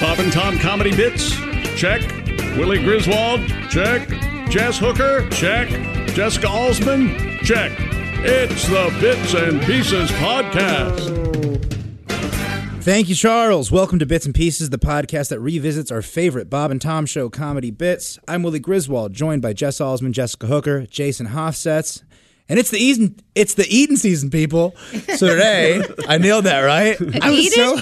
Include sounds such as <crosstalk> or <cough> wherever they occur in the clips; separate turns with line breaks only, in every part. Bob and Tom comedy bits? Check. Willie Griswold? Check. Jess Hooker? Check. Jessica Alsman? Check. It's the Bits and Pieces Podcast.
Thank you, Charles. Welcome to Bits and Pieces, the podcast that revisits our favorite Bob and Tom show comedy bits. I'm Willie Griswold, joined by Jess Alsman, Jessica Hooker, Jason Hofsetz, and it's the Eden it's the Eden season, people. So <laughs> today, I nailed that, right? I was so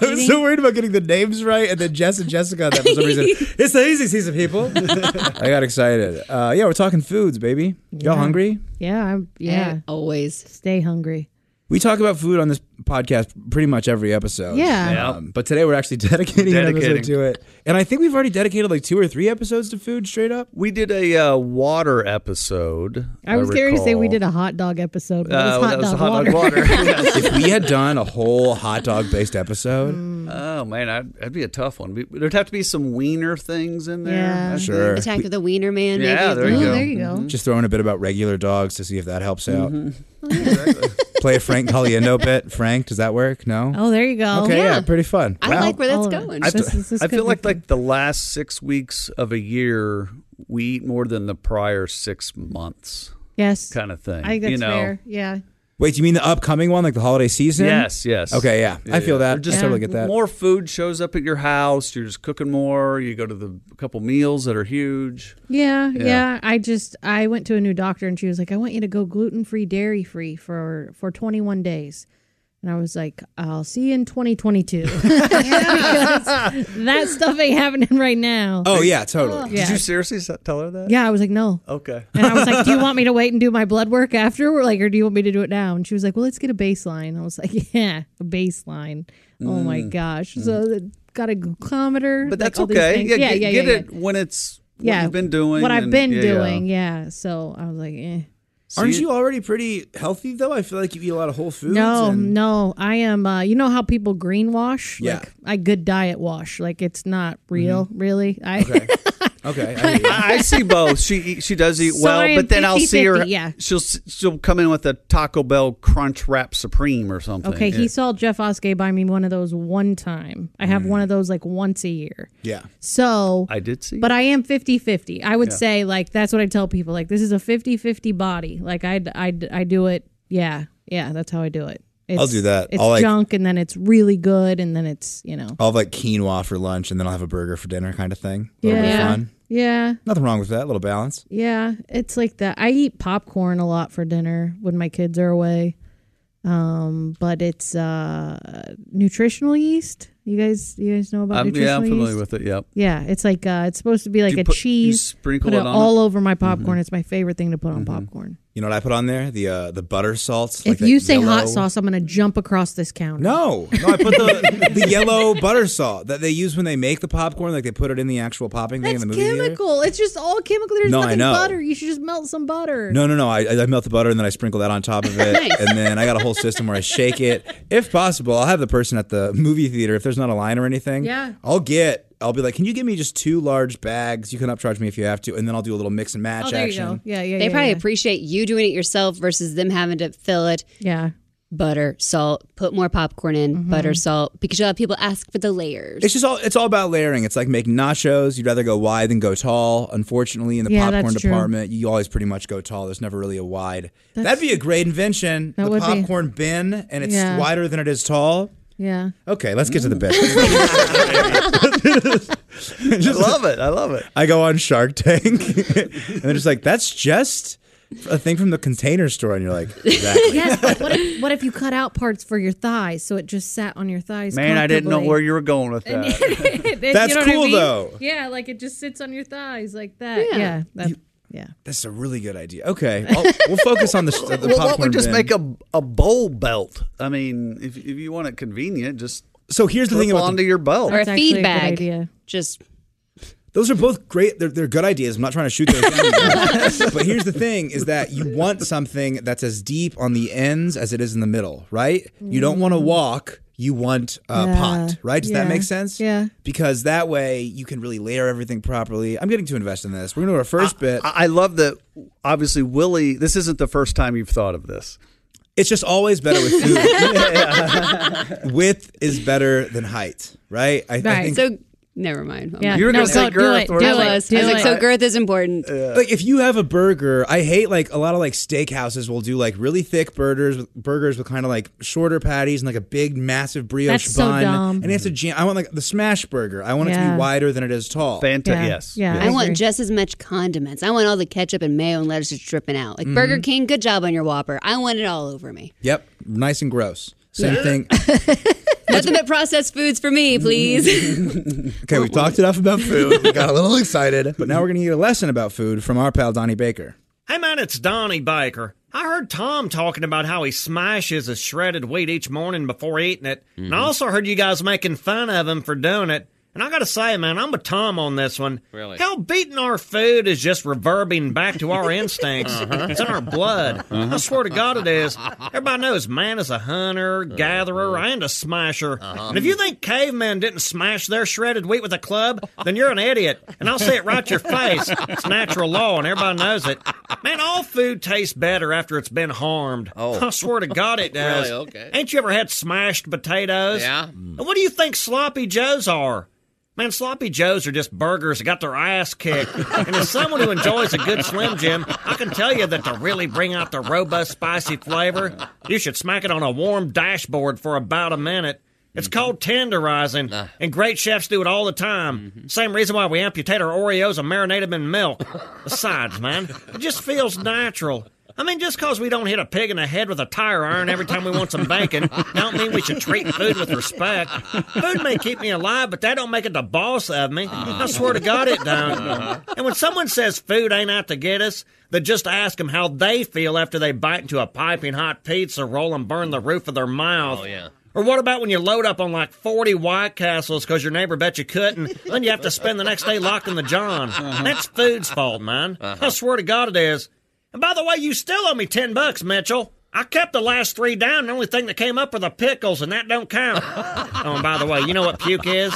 I was so worried about getting the names right, and then Jess and Jessica on that for some reason.
<laughs>
it's the easy season, people. I got excited. Uh, yeah, we're talking foods, baby. Y'all hungry?
Yeah, I'm, yeah.
And always.
Stay hungry.
We talk about food on this podcast pretty much every episode.
Yeah.
Um, but today we're actually <laughs> dedicating, an
Dedicating.
episode to it. And I think we've already dedicated like two or three episodes to food straight up.
We did a uh, water episode.
I was going to say we did a
recall.
hot dog episode. But
Uh,
it
that was
was
a
hot dog water.
Yes. <laughs>
if we had done a whole hot dog based episode,
Mm.
oh man, I'd, that'd be a tough one. We- There'd have to be some wiener things in there.
Yeah.
I think.
Sure.
Attack of the Wiener Man. Maybe.
Yeah, there
Oh,
you go. Mm-hmm.
there you go.
just throwing a bit about regular dogs to see if that helps out.
Oh,
<laughs> Play a Frank Caliendo bit. Frank, does that work? No?
<laughs> Oh, there you go.
okay, yeah.
yeah.
pretty fun.
I
Wow.
like where that's
All of it.
going.
I,
This is- this
I
could
feel
be
like
good.
like the last six weeks of a year, we eat more than the prior six months,
Yes.
kind of thing.
I think that's
you know.
fair. Yeah.
Wait, you mean the upcoming one, like the holiday season?
Yes, yes.
Okay, yeah. I feel that.
Just
I totally get that.
More food shows up at your house. You're just cooking more. You go to the couple meals that are huge.
Yeah, yeah. I just I went to a new doctor and she was like, "I want you to go gluten free, dairy free for for 21 days." And I was like, "I'll see you in <laughs>
<laughs>
2022." Because that stuff ain't happening right now.
oh, yeah, totally.
Yeah.
Did you seriously s- tell her that?
Yeah, I was like, "No."
Okay.
And I
<laughs>
was like, "Do you want me to wait and do my blood work after, or like, or do you want me to do it now?" And she was like, "Well, let's get a baseline." I was like, <laughs> "Yeah, a baseline." Oh my gosh! So they got a glucometer,
Mm. But
like,
that's
all these
okay.
things.
Yeah, get, get
yeah.
it when it's what you've been doing.
what I've
and-
been
yeah, yeah.
doing. Yeah. So I was like, eh.
So
Aren't you already pretty healthy though? I feel like you eat a lot of whole foods.
No,
and-
no, I am. Uh, you know how people greenwash?
Yeah.
Like, I good diet wash. Like it's not
Mm-hmm.
real, really. I <laughs>
Okay. I hear you.
I I see both. She eat- she does eat
So I
well,
am
but then I'll see her.
50-50, yeah.
she'll s- she'll come in with a Taco Bell Crunch Wrap Supreme or something.
okay.
Yeah. Mm.
He saw Jeff Oskey buy me one of those one time. I have one of those like once a year.
yeah.
So
I did see.
But I am 50-50. I would say like that's what I tell people like this is a 50-50 body. Like I I I do it. Yeah. Yeah, that's how I do it. It's,
do that.
It's
I'll, like-
junk and then it's really good and then it's, you know.
I'll have like quinoa for lunch and then I'll have a burger for dinner kind of thing. A little bit of fun.
Yeah.
Nothing wrong with that. A little balance.
Yeah, it's like that. I eat popcorn a lot for dinner when my kids are away. Um, but it's uh nutritional yeast. You guys you guys know about
I'm,
nutritional
yeah, I'm familiar
yeast?
with it. Yep.
Yeah, it's like uh it's supposed to be like
you
a
put- you
cheese.
sprinkle
put
it Mm-hmm.
it,
on
all over my popcorn. It's my favorite thing to put on popcorn.
You know what I put on there? The uh, the butter salts. like
If
that
you say
yellow-
hot sauce, I'm gonna jump across this counter.
No, no, I put the, <laughs> the yellow butter salt that they use when they make the popcorn. Like they put it in the actual popping thing
That's
in the movie. theater.
chemical. It's just all chemical. There's
No, I
nothing
know.
butter. You should just melt some butter.
No, no, no. I, I melt the butter and then I sprinkle that on top of it. And then I got a whole system where I shake it. If possible, I'll have the person at the movie theater, if there's not a line or anything,
Yeah.
I'll get, I'll be like, can you give me just two large bags? You can upcharge me if you have to. And then I'll do a little mix and match
Oh, there you
action.
go. Yeah, yeah.
They
yeah,
probably
yeah.
appreciate you doing it yourself versus them having to fill it.
yeah. Mm-hmm.
Butter, salt, put more popcorn in, butter, salt, because you'll have people ask for the layers.
It's just all, it's all about layering. It's like making nachos. You'd rather go wide than go tall. Unfortunately, in the
Yeah,
popcorn
that's true.
department, you always pretty much go tall. There's never really a wide. That'd be a great invention.
That
the
would be.
popcorn bin, and it's
Yeah.
wider than it is tall.
<laughs> Yeah.
Okay, let's get to the bit.
<laughs> I love it. I love it.
I go on Shark Tank, <laughs> and they're just like, "That's just a thing from the container store," and you're like, exactly.
<laughs> Yes, but what if, what if you cut out parts for your thighs so it just sat on your thighs?
Man, I didn't know where
comfortably?
you were going
<laughs>
with that.
It-
That's
you know what I
cool,
mean?
though.
Yeah, like it just sits on your thighs like that. Yeah, that- yeah.
"That's a really good idea." Okay, I'll, we'll focus on
<laughs>
the, the
well, why
popcorn.
don't we just
bin.
make a a bowl belt? I mean, if if you want it convenient, just
So here's the
Clip
thing about
onto
the,
your belt.
or a
That's actually a
feed
good
bag.
idea.
Just
those are both great. They're, they're good ideas. I'm not trying to shoot those
<laughs>
down. but here's the thing: is that you want something that's as deep on the ends as it is in the middle, right? You don't want to walk. You want a
Mm. Yeah.
pot, right? Does that
Yeah.
make sense?
Yeah.
Because that way you can really layer everything properly. I'm getting to invest in this. We're gonna do our first bit.
I I love that. Obviously, Willie, this isn't the first time you've thought of this.
It's just always
<laughs>
better with food. Width is better than height, right? I, I
Right.
think
so. Never mind. I'm
Yeah.
not-
You were
no,
gonna say
go- Do
girth,
it.
weren't
Do
you?
I
it.
was.
do
I was like,
it.
so girth is important.
like if you have a burger, I hate like a lot of like steakhouses will do like really thick burgers, burgers with kind of like shorter patties and like a big massive brioche
That's so
bun,
dumb.
and it's a jam. I want like the smash burger. I want it to
Yeah.
be wider than it is tall.
Fanta,
Yeah.
yes.
Yeah.
I want
agree.
just as much condiments. I want all the ketchup and mayo and lettuce just dripping out. Like Burger King, good job on your Whopper. I want it all over me.
Yep, nice and gross. Same thing.
Nothing but processed foods for me, please. <laughs>
Okay, we've talked enough about food. We got a little excited, but now we're gonna get a lesson about food from our pal Donnie Baker.
Hey man, it's Donnie Baker. I heard Tom talking about how he smashes his shredded wheat each morning before eating it, and I also heard you guys making fun of him for doing it. And I gotta say, man, I'm with Tom on this one. Really? Hell, beating our food is just reverbing back to our instincts. It's in our blood. I swear to God, it is. Everybody knows man is a hunter, gatherer, and a smasher. And if you think cavemen didn't smash their shredded wheat with a club, then you're an idiot. And I'll say it right to your face. It's natural law, and everybody knows it. Man, all food tastes better after it's been harmed. Oh. I swear to
<laughs>
God, it does.
Really? Okay.
Ain't you ever had smashed potatoes? Mm.
Yeah.
And what do you think sloppy joes are? Man, sloppy joes are just burgers that got their ass kicked. and as someone who enjoys a good Slim Jim, I can tell you that to really bring out the robust, spicy flavor, you should smack it on a warm dashboard for about a minute. It's called tenderizing, and great chefs do it all the time. Same reason why we amputate our Oreos and marinate them in milk. Besides, man, it just feels natural. I mean, just 'cause we don't hit a pig in the head with a tire iron every time we want some bacon, don't mean we should treat food with respect. Food may keep me alive, but that don't make it the boss of me. I swear to God, it don't. And when someone says food ain't out to get us, then just ask them how they feel after they bite into a piping hot pizza roll and burn the roof of their mouth. Oh yeah. Or what about when you load up on like 40 White Castles because your neighbor bet you couldn't, then you have to spend the next day locked in the john? That's food's fault, man. I swear to God it is. And by the way, you still owe me 10 bucks, Mitchell. I kept the last three down. The only thing that came up were the pickles, and that don't <laughs> count. oh, and by the way, you know what puke is?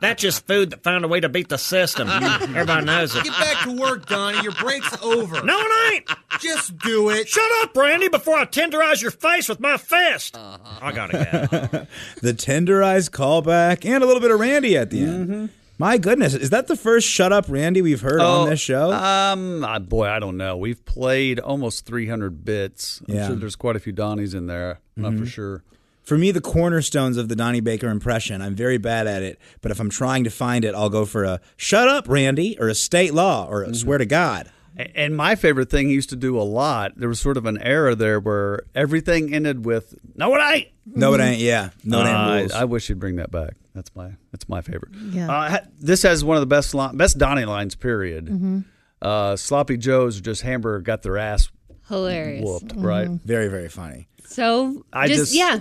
That's just food that found a way to beat the system. <laughs> Everybody knows it.
Get back to work, Donnie. Your break's over.
No, it ain't.
Just do it.
Shut up, Randy, before I tenderize your face with my fist. I gotta go.
<laughs> The tenderized callback and a little bit of Randy at the end. My goodness, is that the first "Shut Up, Randy" we've heard on this show?
Oh, Um, ah, boy, I don't know. We've played almost 300 bits. I'm
Yeah. Mm-hmm.
sure there's quite a few Donnies in there. I'm Not for sure.
For me, the cornerstones of the Donnie Baker impression, I'm very bad at it, but if I'm trying to find it, I'll go for a shut up, Randy, or a state law, or a swear to God.
A- And my favorite thing he used to do a lot. There was sort of an era there where everything ended with "No, it ain't."
No, it ain't. Yeah. No, it
Uh,
ain't rules.
I, I wish you'd bring that back. That's my that's my favorite.
Yeah.
Uh, ha- this has one of the best line, best Donnie lines. Period.
Mm.
Mm-hmm.
Uh, sloppy Joes or just hamburger got their ass
Hilarious. Mm-hmm.
whooped. Right.
very, very funny.
So
I
just,
just-
yeah,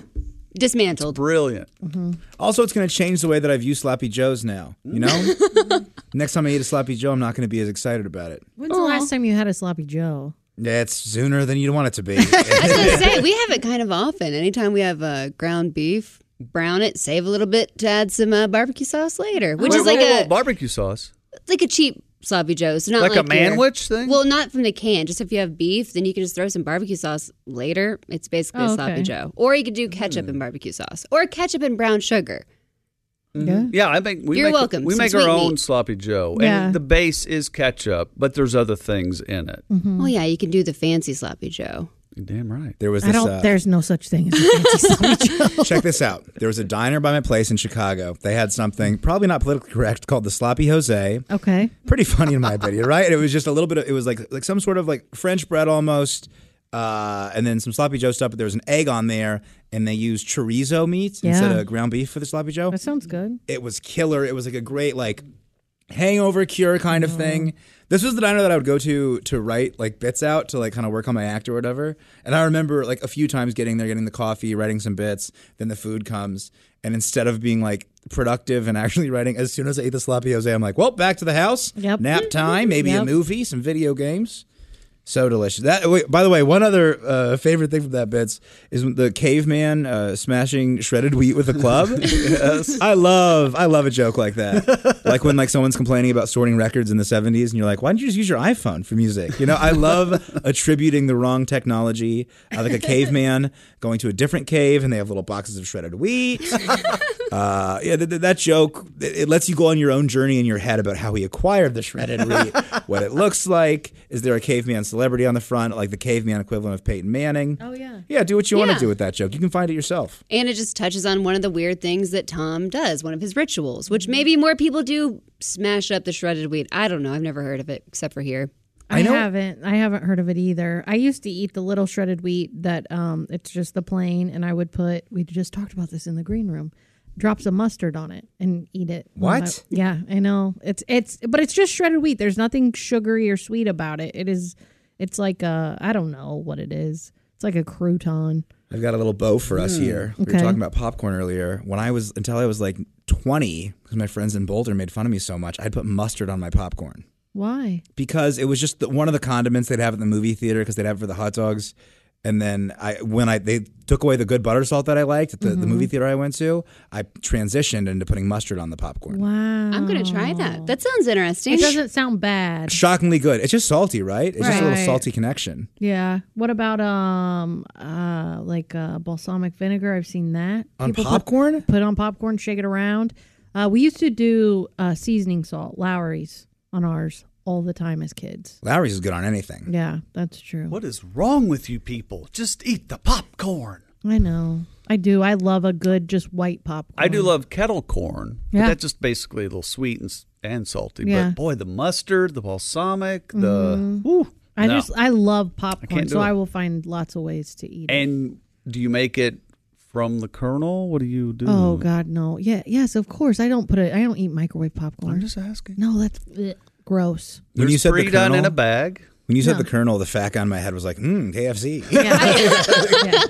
dismantled.
Brilliant.
Also, it's going to change the way that I view Sloppy Joes now.
<laughs>
You know? Next time I eat a Sloppy Joe, I'm not going to be as excited about it.
When's the last time you had a sloppy Joe?
Yeah, it's sooner than you'd want it
<laughs>
to be.
I was gonna say we have it kind of often. Anytime we have uh, ground beef, brown it, save a little bit to add some uh, barbecue sauce later, which
Wait,
is like
whoa, whoa,
a
barbecue sauce.
like a cheap sloppy joe. So not
Like
like,
a manwich
your-
thing?
Well, not from the can. Just if you have beef, then you can just throw some barbecue sauce later. It's basically
Oh,
a sloppy
okay.
joe. Or you could do ketchup
Mm.
and barbecue sauce, or ketchup and brown sugar.
Mm.
Yeah, I think we
You're
make,
welcome.
We
Some
make our
sweet
own
meat.
sloppy Joe,
Yeah.
and the base is ketchup, but there's other things in it.
Oh yeah, you can do the fancy sloppy joe.
You're Damn right.
there was
I
this.
don't.
uh,
there's no such thing as a fancy sloppy Joe.
Check this out. There was a diner by my place in Chicago. They had something, probably not politically correct, called the Sloppy Jose.
Okay.
pretty funny in my opinion, right? It was just a little bit of it was like like some sort of like French bread almost, uh, and then some sloppy Joe stuff. But there was an egg on there, and they used chorizo meat
Yeah.
instead of ground beef for the sloppy Joe.
That sounds good.
It was killer. It was like a great like hangover cure kind
Oh.
of thing. This was the diner that I would go to to write like bits out to like kind of work on my act or whatever. And I remember like a few times getting there, getting the coffee, writing some bits. Then the food comes, And instead of being like productive and <laughs> actually writing, as soon as I eat the sloppy Jose, I'm like, well, back to the house.
Yep.
Nap time, maybe a
Yep.
movie, some video games. So delicious. That wait, by the way, one other uh, favorite thing from that bits is when the caveman uh, smashing shredded wheat with
<laughs>
a club. I love I love a joke like that. like when like someone's complaining about sorting records in the 70s and you're like, "Why don't you just use your iPhone for music?" You know, I love attributing the wrong technology. Uh, like a caveman going to a different cave and they have little boxes of shredded wheat. Uh, yeah, th- th- that joke it, it lets you go on your own journey in your head about how he acquired the shredded wheat, what it looks like. Is there a caveman celebrity on the front, like the caveman equivalent of Peyton Manning?
Oh, yeah.
yeah. Do what you want
Yeah.
to do with that joke. You can find it yourself.
And it just touches on one of the weird things that Tom does, one of his rituals,
Mm-hmm.
which maybe more people do smash up the shredded wheat. I don't know. I've never heard of it except for here.
I,
I know-
haven't. I haven't heard of it either. I used to eat the little shredded wheat that um, it's just the plain, and I would put. We just talked about this in the green room. Drops of mustard on it and eat it.
What?
Well, I- yeah, I know. It's it's, but it's just shredded wheat. There's nothing sugary or sweet about it. It is. It's like a. I don't know what it is. It's like a crouton.
I've got a little bow for us here. We were
Hmm, okay.
talking about popcorn earlier. When I was until I was like twenty, because my friends in Boulder made fun of me so much, I'd put mustard on my popcorn.
Why?
because it was just the, one of the condiments they'd have at the movie theater because they'd have it for the hot dogs. And then I, when I they took away the good butter salt that I liked at the, the
Mm-hmm.
movie theater I went to, I transitioned into putting mustard on the popcorn.
Wow.
I'm going to try that. That sounds interesting.
It doesn't sound bad.
Shockingly good. It's just salty, right? It's just a little
Right.
salty connection.
Yeah. What about um uh like uh balsamic vinegar? I've seen that.
On
People put-
popcorn?
Put, it on popcorn, shake it around. Uh we used to do uh seasoning salt, Lowry's on ours all the time as kids.
Lowry's is good on anything.
Yeah, that's true.
What is wrong with you people? Just eat the popcorn.
I know. I do. I love a good just white popcorn.
I do love kettle corn. but
Mm. Yeah.
that's just basically a little sweet and, s- and salty.
Yeah. Mm-hmm.
But boy, the mustard, the balsamic, the. Ooh,
I
no.
just I love
I
popcorn,
can't do
so
it.
I will find lots of ways to eat it.
And do you make it from the kernel? What do you do?
Oh God, no. Yeah, yes, of course. I don't put it. I don't eat microwave popcorn.
I'm just asking.
no, that's bleh, gross.
When you
There's
said the
pre done in
kernel-
a bag.
When you said the kernel, the fact on my head was like,
<laughs>
mmm, KFC.
Yeah.
<laughs>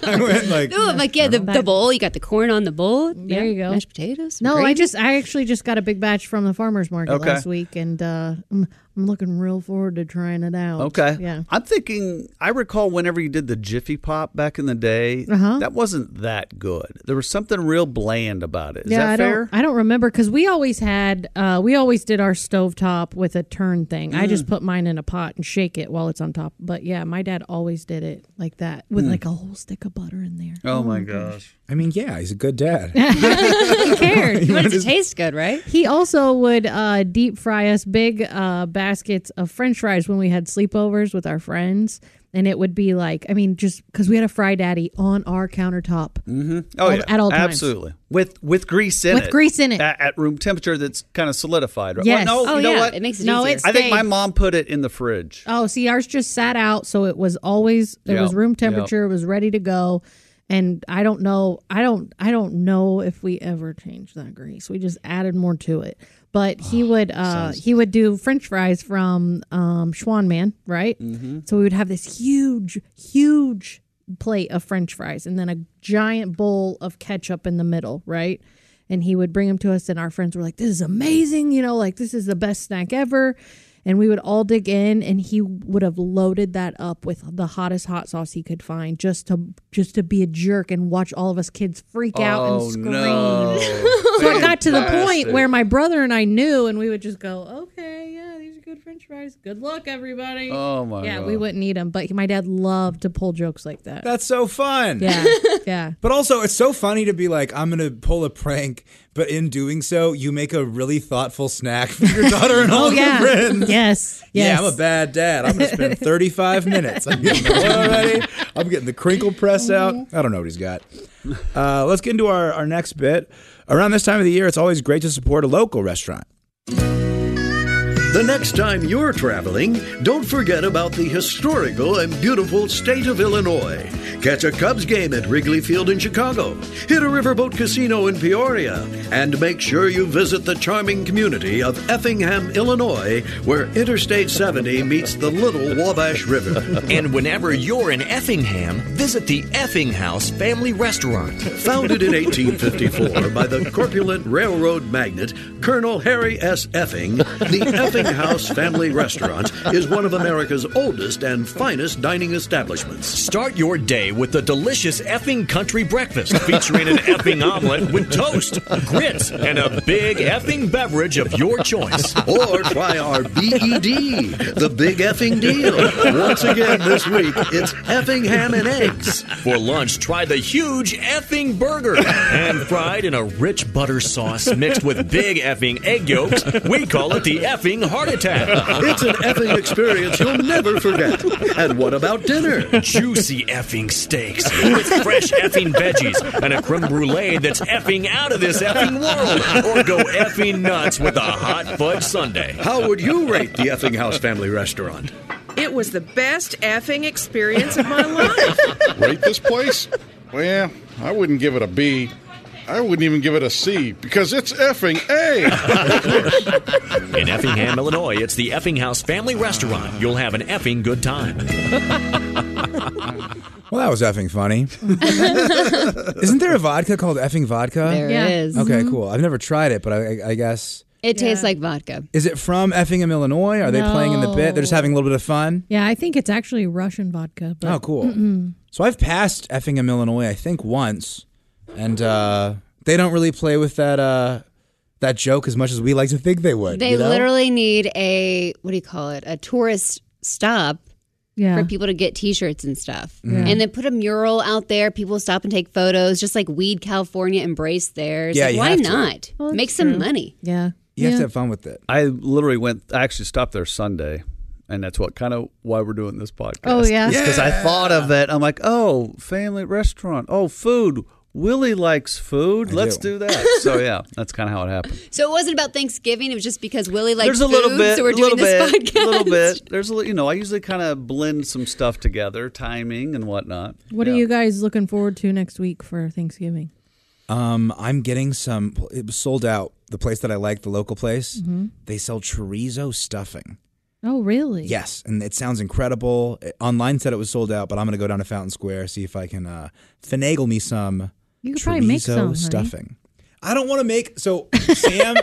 I went like,
Ooh, I'm <laughs> like, yeah, the, the bowl. You got the corn on the bowl.
There you go.
Mashed potatoes.
No, I
gravy.
<laughs>
just I actually just got a big batch from the farmers market
Okay.
last week, and uh, I'm, I'm looking real forward to trying it out.
Okay.
Yeah.
I'm thinking, I recall whenever you did the Jiffy Pop back in the day,
Uh-huh.
that wasn't that good. There was something real bland about it. Is
yeah,
that
I
fair?
don't. I don't remember because we always had uh, we always did our stovetop with a turn thing. I
Mm.
just put mine in a pot and shake it while it's on top. But yeah, my dad always did it like that with
Mm.
like a whole stick of butter in there.
Oh, my gosh.
I mean, yeah, he's a good
<laughs>
dad.
Who cared?
<laughs>
You want it to taste good, right?
He also would uh, deep fry us big uh, baskets of french fries when we had sleepovers with our friends. And it would be like, I mean, just because we had a Fry Daddy on our countertop.
Oh,
all-
yeah.
at all times.
Absolutely. With with grease in it.
With grease in it.
At, at room temperature that's kind of solidified. Right?
Yes.
Well, no,
Oh,
you know
yeah.
what?
It makes it
No,
easier.
it's-
I think my
stayed.
mom put it in the fridge.
Oh, see, ours just sat out. So it was always, it
Yeah.
was room
Yeah.
temperature, it was ready to go. And I don't know, I don't, I don't know if we ever changed that grease. We just added more to it. But he would, uh, he would do French fries from um, Schwan Man, right? So we would have this huge, huge plate of French fries, and then a giant bowl of ketchup in the middle, right? And he would bring them to us, and our friends were like, "This is amazing!" You know, like this is the best snack ever. And we would all dig in, and he would have loaded that up with the hottest hot sauce he could find, just to just to be a jerk and watch all of us kids freak out
Oh,
and scream. <laughs> So it got to the point where my brother and I knew, and we would just go, "Oh, "Okay, yeah, these are good French fries. Good luck, everybody."
Oh, my
Yeah,
God.
we wouldn't eat them, but my dad loved to pull jokes like that. <laughs>
That's so fun. <laughs>
yeah, yeah.
But also, it's so funny to be like, I'm gonna pull a prank, but in doing so, you make a really thoughtful snack for your daughter and all
Oh
her
yeah.
friends.
Yes. Yes.
Yeah, I'm a bad dad. I'm
<laughs>
gonna spend 35 minutes. I'm getting the oil ready. I'm getting the crinkle press out.
Mm-hmm.
I don't know what he's got. Uh, let's get into our, our next bit. Around this time of the year, it's always great to support a local restaurant.
The next time you're traveling, don't forget about the historical and beautiful state of Illinois. Catch a Cubs game at Wrigley Field in Chicago. Hit a riverboat casino in Peoria. And make sure you visit the charming community of Effingham, Illinois, where Interstate 70 meets the Little Wabash River.
<laughs> And whenever you're in Effingham, visit the Effinghouse Family Restaurant.
Founded in 1854 by the corpulent railroad magnate Colonel Harry S. Effing, the Effinghouse Family Restaurant is one of America's oldest and finest dining establishments.
Start your day with the delicious effing country breakfast featuring an effing omelet with toast, grits, and a big effing beverage of your choice.
Or try our BED, the big effing deal. <laughs> Once again this week, it's effing ham and eggs.
For lunch, try the huge effing burger. And fried in a rich butter sauce mixed with big effing egg yolks, we call it the effing heart attack.
<laughs> It's an effing experience you'll never forget. And what about dinner?
Juicy effing steaks with fresh effing veggies and a creme brulee that's effing out of this effing world. Or go effing nuts with a hot fudge sundae.
How would you rate the effing house family restaurant?
It was the best effing experience of my life.
<laughs> Rate this place? Well, I wouldn't give it a B. I wouldn't even give it a C because it's effing A.
In Effingham, Illinois, it's the Effing House Family Restaurant. You'll have an effing good time.
Well, that was
<laughs>
effing funny. Isn't there a vodka called effing vodka?
There
There is.
is.
Mm-hmm.
Okay, cool. I've never tried it, but I, I, I guess.
It tastes like vodka.
Is it from Effingham, Illinois? Are they playing in the bit? They're just having a little bit of fun?
Yeah, I think it's actually Russian vodka. But,
Oh, cool.
Mm-mm.
So I've passed Effingham, Illinois, I think once, and uh, they don't really play with that uh, that joke as much as we like to think they would.
They
you know?
literally need a what do you call it? A tourist stop
Yeah.
for people to get T-shirts and stuff,
Yeah.
and then put a mural out there. People stop and take photos, just like Weed California embraced theirs.
Yeah,
Like,
you
why
have to.
not?
Well,
Make
that's
some
true.
money.
Yeah,
You have to have fun with it.
I literally went. I actually stopped there Sunday, and that's what kind of why we're doing this podcast.
Oh, yeah.
because I
Yeah.
thought of it. I'm like, oh, family restaurant. Oh, food. Willie likes food.
I
Let's do.
do.
that. So yeah, that's kind of how it happened.
So it wasn't about Thanksgiving. It was just because Willie likes
There's a
food,
little bit.
so we're
a
doing
little
this
bit.
podcast.
A little bit. There's a li- you know I usually kind of blend some stuff together, timing and whatnot.
What are you guys looking forward to next week for Thanksgiving?
Um, I'm getting some. It was sold out. The place that I like, the local place,
Mhm.
they sell chorizo stuffing.
Oh, really?
Yes, and it sounds incredible. It- online said it was sold out, but I'm gonna go down to Fountain Square see if I can uh, finagle me some
You could
chorizo
probably make some, honey.
stuffing. I don't want to make so Sam,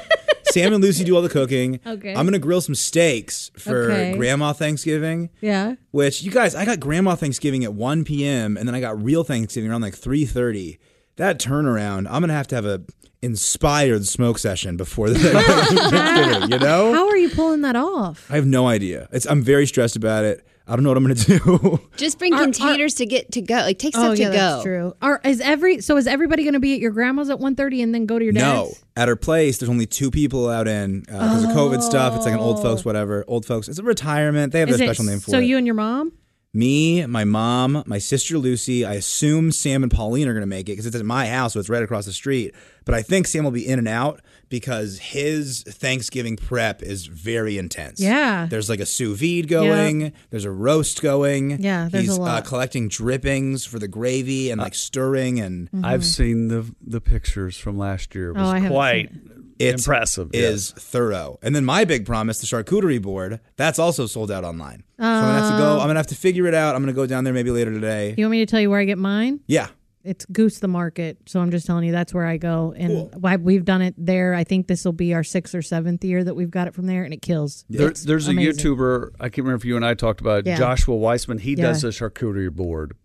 Sam and Lucy do all the cooking.
Okay.
I'm gonna grill some steaks for
Okay.
Grandma Thanksgiving.
Yeah.
Which you guys, I got Grandma Thanksgiving at 1 p.m. and then I got real Thanksgiving around like 3:30. That turnaround, I'm gonna have to have a inspired smoke session before the <laughs> Thanksgiving. You know?
How are you pulling that off?
I have no idea. It's I'm very stressed about it. I don't know what I'm gonna do.
Just bring containers to get to go. Like take stuff
oh, yeah,
to go.
that's true. Are is every so is everybody going to be at your grandma's at 1.30 and then go to <laughs> your dad's?
no, at her place, there's only two people out in because of COVID stuff. It's like an old folks,
Oh.
whatever. Old folks. It's a retirement. They have
Is
a
it-
special name for
So
it.
you and your mom?
Me, my mom, my sister Lucy. I assume Sam and Pauline are gonna make it because it's at my house, so it's right across the street. But I think Sam will be in and out because his Thanksgiving prep is very intense.
Yeah.
There's like a sous vide going. There's a roast going.
Yeah, there's a
He's Uh,
lot.
collecting drippings for the gravy and like stirring and.
Mm-hmm.
I've seen the the pictures from last year. It
Oh,
was
I haven't
quite
It's-
impressive.
Is thorough. And then my big promise, the charcuterie board, that's also sold out online. So I'm gonna have to go.
Um,
I'm gonna have to figure it out. I'm gonna go down there maybe later today.
You want me to tell you where I get mine?
Yeah.
It's Goose the Market, so I'm just telling you that's where I go, and why we've done it there. I think this will be our sixth or seventh year that we've got it from there, and it kills.
There,
It's
there's
amazing.
a YouTuber I can't remember if you and I talked about it,
Yeah.
Joshua Weissman. He does
Yeah.
a charcuterie board,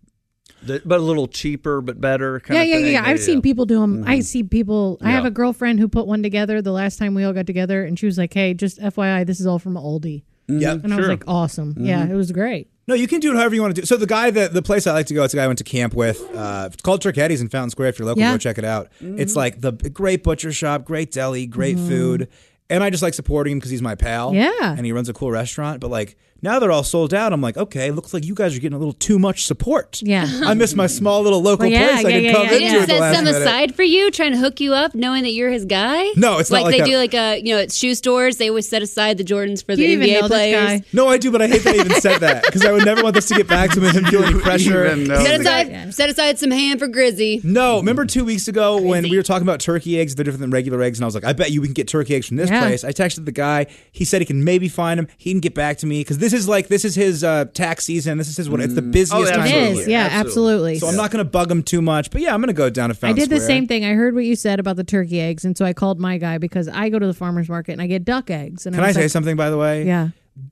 The- but a little cheaper, but better. Kind
yeah,
of
yeah, yeah,
thing.
yeah. I've seen people do them.
Mm-hmm.
I see people. I have
Yeah.
a girlfriend who put one together the last time we all got together, and she was like, "Hey, just FYI, this is all from Aldi."
Yeah,
and I was
sure.
like, "Awesome, yeah,
Mhm.
it was great."
No, you can do it however you want to do. So the guy that the place I like to go, it's a guy I went to camp with. Uh, it's called Turchetti's in Fountain Square. If you're local,
Yeah.
go check it out.
Mhm.
It's like the great butcher shop, great deli, great
Mhm.
food, and I just like supporting him because he's my pal.
Yeah.
and he runs a cool restaurant. But like Now they're all sold out. I'm like, okay, looks like you guys are getting a little too much support.
Yeah.
I miss my small little local
Well, yeah,
place I
yeah,
can
yeah,
come
yeah,
They
into
didn't
at the
set
last
some
minute.
aside for you, trying to hook you up, knowing that you're his guy.
No, it's
like
not like
they
that.
do like a you know at shoe stores. They always set aside the Jordans for the
you even
NBA
know this
players.
guy?
No, I do, but I hate that I even said that because I would never want this to get back to him
<laughs>
and feel any pressure.
even know.
He's
Set
the guy-
aside, set aside some ham for Grizzy.
Mm-hmm.
No, remember two weeks ago when we were talking about turkey eggs, they're different than regular eggs, and I was like, I bet you we can get turkey eggs from this
Yeah.
place. I texted the guy. He said he can maybe find them. He can get back to me because this is like this is his uh, tax season. This is his what it's the busiest time.
It
of the
is, Mm.
year.
Oh, yeah, absolutely.
So I'm not going to bug him too much, but yeah, I'm going to go down to
I
Fountain
did the
Square.
same thing. I heard what you said about the turkey eggs, and so I called my guy because I go to the farmers market and I get duck eggs. And
Can I
was
say
like,
something by the way?
Yeah.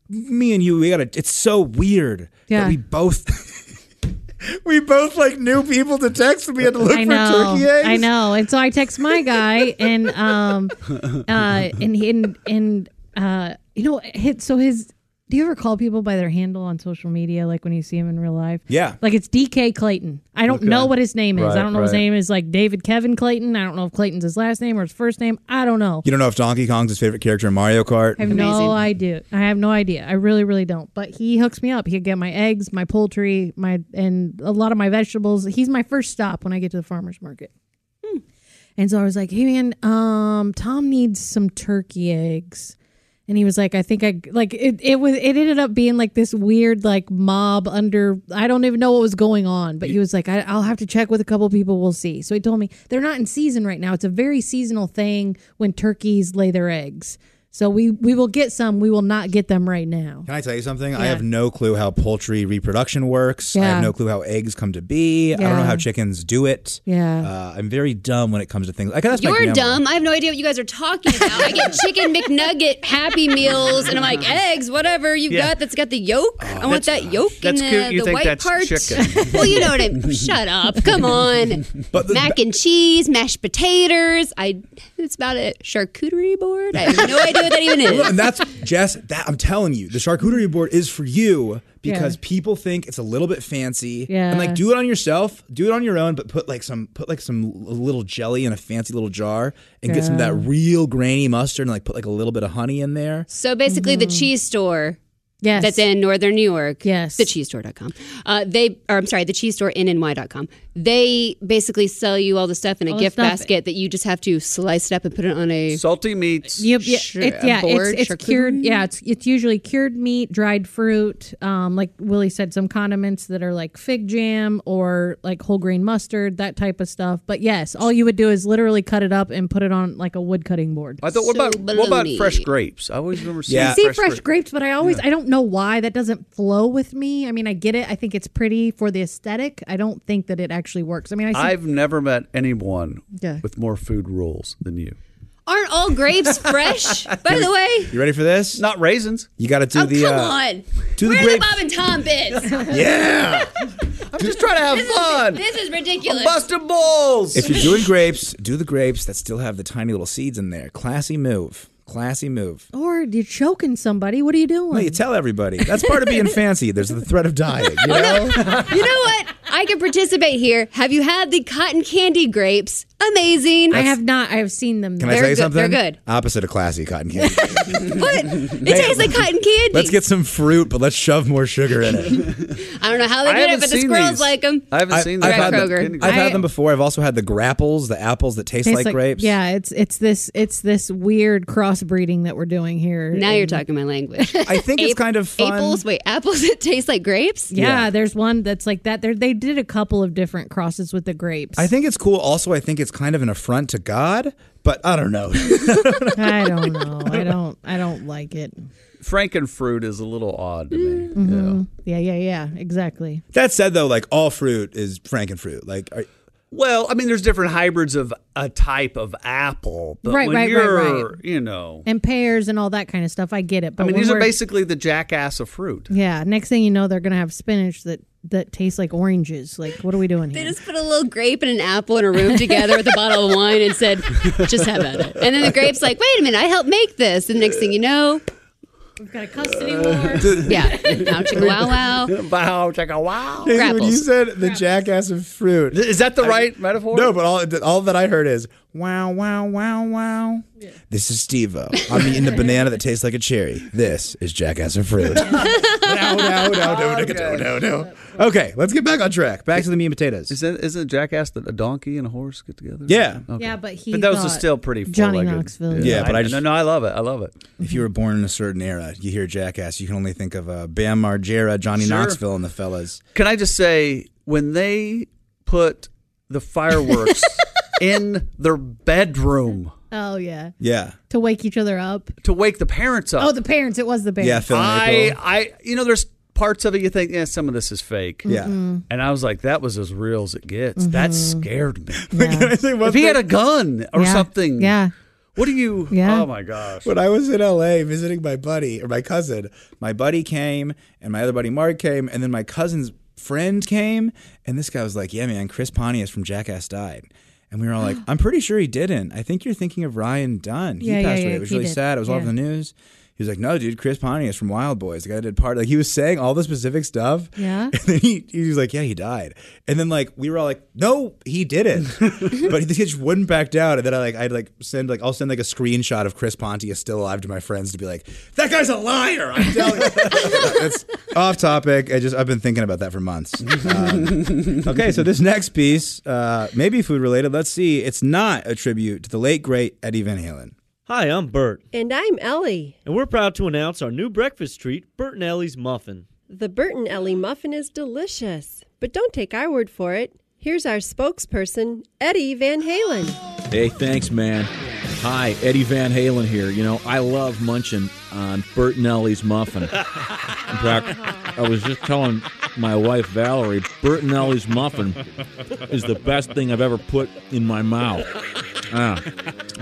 Me and you, we gotta. It's so weird
Yeah.
that we both. <laughs> We both like knew people to text, and we had to <laughs> look
I
for
know,
turkey eggs.
I know. And so I text my guy, and
<laughs>
um, uh, and he- and and uh, you know, hit. So his. Do you ever call people by their handle on social media, like when you see them in real life?
Yeah.
Like it's DK Clayton. I don't know what his name is.
Right,
I don't know his
right.
name is like David Kevin Clayton. I don't know if Clayton's his last name or his first name. I don't know.
You don't know if Donkey Kong's his favorite character in Mario Kart.
I have no idea. I have no idea. I really, really don't. But he hooks me up. He'll get my eggs, my poultry, my and a lot of my vegetables. He's my first stop when I get to the farmers market. And so I was like, "Hey man, um, Tom needs some turkey eggs." And he was like, "I think I like it. It was. It ended up being like this weird like mob under. I don't even know what was going on. But he was like, I, "I'll have to check with a couple people. We'll see." So he told me they're not in season right now. It's a very seasonal thing when turkeys lay their eggs. So we we will get some. We will not get them right now.
Can I tell you something? I
Yeah.
have no clue how poultry reproduction works. I
Yeah.
have no clue how eggs come to be. I don't know
Yeah.
how chickens do it.
Yeah.
Uh, I'm very dumb when it comes to things. Like, that's my
You're
grandma.
dumb. I have no idea what you guys are talking about. I get chicken McNugget Happy Meals, and I'm like eggs, whatever you've
Yeah.
got that's got the yolk. I want that yolk
that's
and the,
cute. You
the
think
white
that's
part.
chicken.
<laughs> well, you know what I mean. Shut up. Come on.
But the-
Mac and cheese, mashed potatoes. I. It's about a charcuterie board. I have no idea what that
<laughs>
even
Well,
is.
and that's Jess. That I'm telling you, the charcuterie board is for you because
Yeah.
people think it's a little bit fancy.
Yeah.
And like, do it on yourself, do it on your own, but put like some put like some l- little jelly in a fancy little jar and get some of that
Yeah.
real grainy mustard and like put like a little bit of honey in there.
So basically, the cheese store.
Mm-hmm. Yes.
That's in northern New York.
Yes.
Thecheesestore.com. Uh, they, or I'm sorry, the cheese store nnny.com. They basically sell you all the stuff in a
All the
gift
stuff.
basket that you just have to slice it up and put it on a.
Salty meats.
Yep, yeah,
Sh-
it, yeah
board
it's, it's
charcuterie?
cured. Yeah, it's it's usually cured meat, dried fruit, um, like Willie said, some condiments that are like fig jam or like whole grain mustard, that type of stuff. But yes, all you would do is literally cut it up and put it on like a wood cutting board.
I thought, what about
So
what about
baloney.
fresh grapes? I always remember seeing
Yeah.
I see fresh,
grapes.
grapes, but I always I don't know why that doesn't flow with me. I mean, I get it. I think it's pretty for the aesthetic. I don't think that it actually works. I mean, I see,
I've never met anyone
Yeah.
with more food rules than you.
Aren't all
<laughs>
grapes fresh? By the way,
You ready for this?
Not raisins.
You got to do
oh
the.
come
uh,
on.
do the
Where are the
grape-
Bob and Tom bits?
Yeah.
I'm just trying to have fun.
this is ridiculous.
Busting balls.
If you're doing grapes, do the grapes that still have the tiny little seeds in there. Classy move. Classy move.
or you're choking somebody. What are you doing?
No, you tell everybody. That's part of being fancy. There's the threat of dying. You know?
You know what? I can participate here. Have you had the cotton candy grapes? Amazing.
I have not. I have seen them.
Can
though.
I
They're
say
good-
something?
they're good.
Opposite of classy cotton candy. <laughs>
What? It tastes like cotton candy.
let's get some fruit, but let's shove more sugar in it.
I don't know how they
I
did
haven't
it, but the
seen
squirrels
these.
like them.
<laughs> I haven't
I-
seen
I've
that.
had them-
I've
I-
had them before. I've also had the grapples, the apples that taste
Tastes
like, grapes.
Yeah, it's it's this it's this weird crossbreeding that we're doing here.
Now you're
And-
talking my language.
<laughs> I think it's
Ape-
kind of fun.
Apples? Wait, apples that taste like grapes?
Yeah, there's one that's like that. There they did a couple of different crosses with the grapes.
I think it's cool. Also, I think it's kind of an affront to God, but I don't know. <laughs>
I don't know. I don't. I don't like it.
Frankenfruit is a little odd to me. Yeah.
Mm-hmm. Yeah, yeah, yeah. Exactly.
that said, though, like all fruit is frankenfruit. Like, are,
Well, I mean, there's different hybrids of a type of apple, but
Right,
when
right, right,
you're,
right.
you know,
And pears and all that kind of stuff. I get it. But
I mean,
when
these are
we're-
basically the jackass of fruit.
Yeah. Next thing you know, they're gonna have spinach that that tastes like oranges. Like, what are we doing
They
here?
just put a little grape and an apple in a room together with a bottle of wine and said, just have at it. And then the grape's like, wait a minute, I helped make this. And next thing you know,
We've got a custody
<laughs>
war.
yeah. Now chicka wow wow.
Bow chicka wow.
Jason, when you said the jackass of fruit.
Is that the right metaphor?
No, but all all that I heard is wow, wow,
<laughs>
wow, wow. This is Steve-O. I'm eating a banana that tastes like a cherry. This is jackass of
<laughs>
fruit. no,
Oh,
no, no, no, no, no, no, no. Okay, let's get back on track. Back to the meat and potatoes.
Is that, isn't it jackass that a donkey and a horse get together?
Yeah.
Yeah, but he.
But those are
thought
still pretty
Johnny
four-legged.
Knoxville.
Yeah, but I just-
no, no, I love it. I love it.
If you were born in a certain era, you hear jackass, you can only think of uh, Bam Margera, Johnny
Sure.
Knoxville, and the fellas.
Can I just say when they put the
<laughs>
fireworks in their bedroom
Oh yeah.
Yeah.
To wake each other up.
to wake the parents up?
Oh, the parents. It was the parents.
I, I, you know, there's parts of it you think, yeah, some of this is fake.
Yeah.
Mm.
And I was like, that was as real as it gets.
Mm-hmm.
That scared me.
<laughs> Can I say one
if he
thing?
had a gun or
Yeah.
something,
Yeah.
What do you?
Yeah.
Oh my gosh.
When I was in LA visiting my buddy or my cousin, my buddy came and my other buddy Mark came, and then my cousin's friend came, and this guy was like, "Yeah, man, Chris Pontius from Jackass died." And we were all
<gasps>
like, "I'm pretty sure he didn't. I think you're thinking of Ryan Dunn. He
Yeah, yeah,
passed away.
yeah,
it was
he
really
did.
sad. It was all over
Yeah.
the news." He was like, "No, dude, Chris Pontius from Wild Boys, the guy that did part." Like he was saying all the specific stuff.
<laughs>
Yeah.
And then he, he was like, yeah, he died. And then like we were all like, no, he didn't.
<laughs>
but this kid just wouldn't back down. And then I like I'd like send like I'll send like a screenshot of Chris Pontius still alive to my friends to be like, that guy's
<laughs>
a liar. I'm telling you. it's off topic. I just I've been thinking about that for months. Um,
Uh,
okay, so this next piece, uh, maybe food related. Let's see. It's not a tribute to the late great Eddie Van Halen.
Hi, I'm Bert,
And I'm Ellie.
and we're proud to announce our new breakfast treat, Bert and Ellie's Muffin.
The Burton Ellie muffin is delicious, but don't take our word for it. Here's our spokesperson, Eddie Van Halen.
Hey, thanks, man. Hi, Eddie Van Halen here. You know, I love munching on Bert
<laughs>
Nellie's muffin. In fact, I was just telling my wife Valerie, Bert Nellie's muffin is the best thing I've ever put in my mouth. Ah,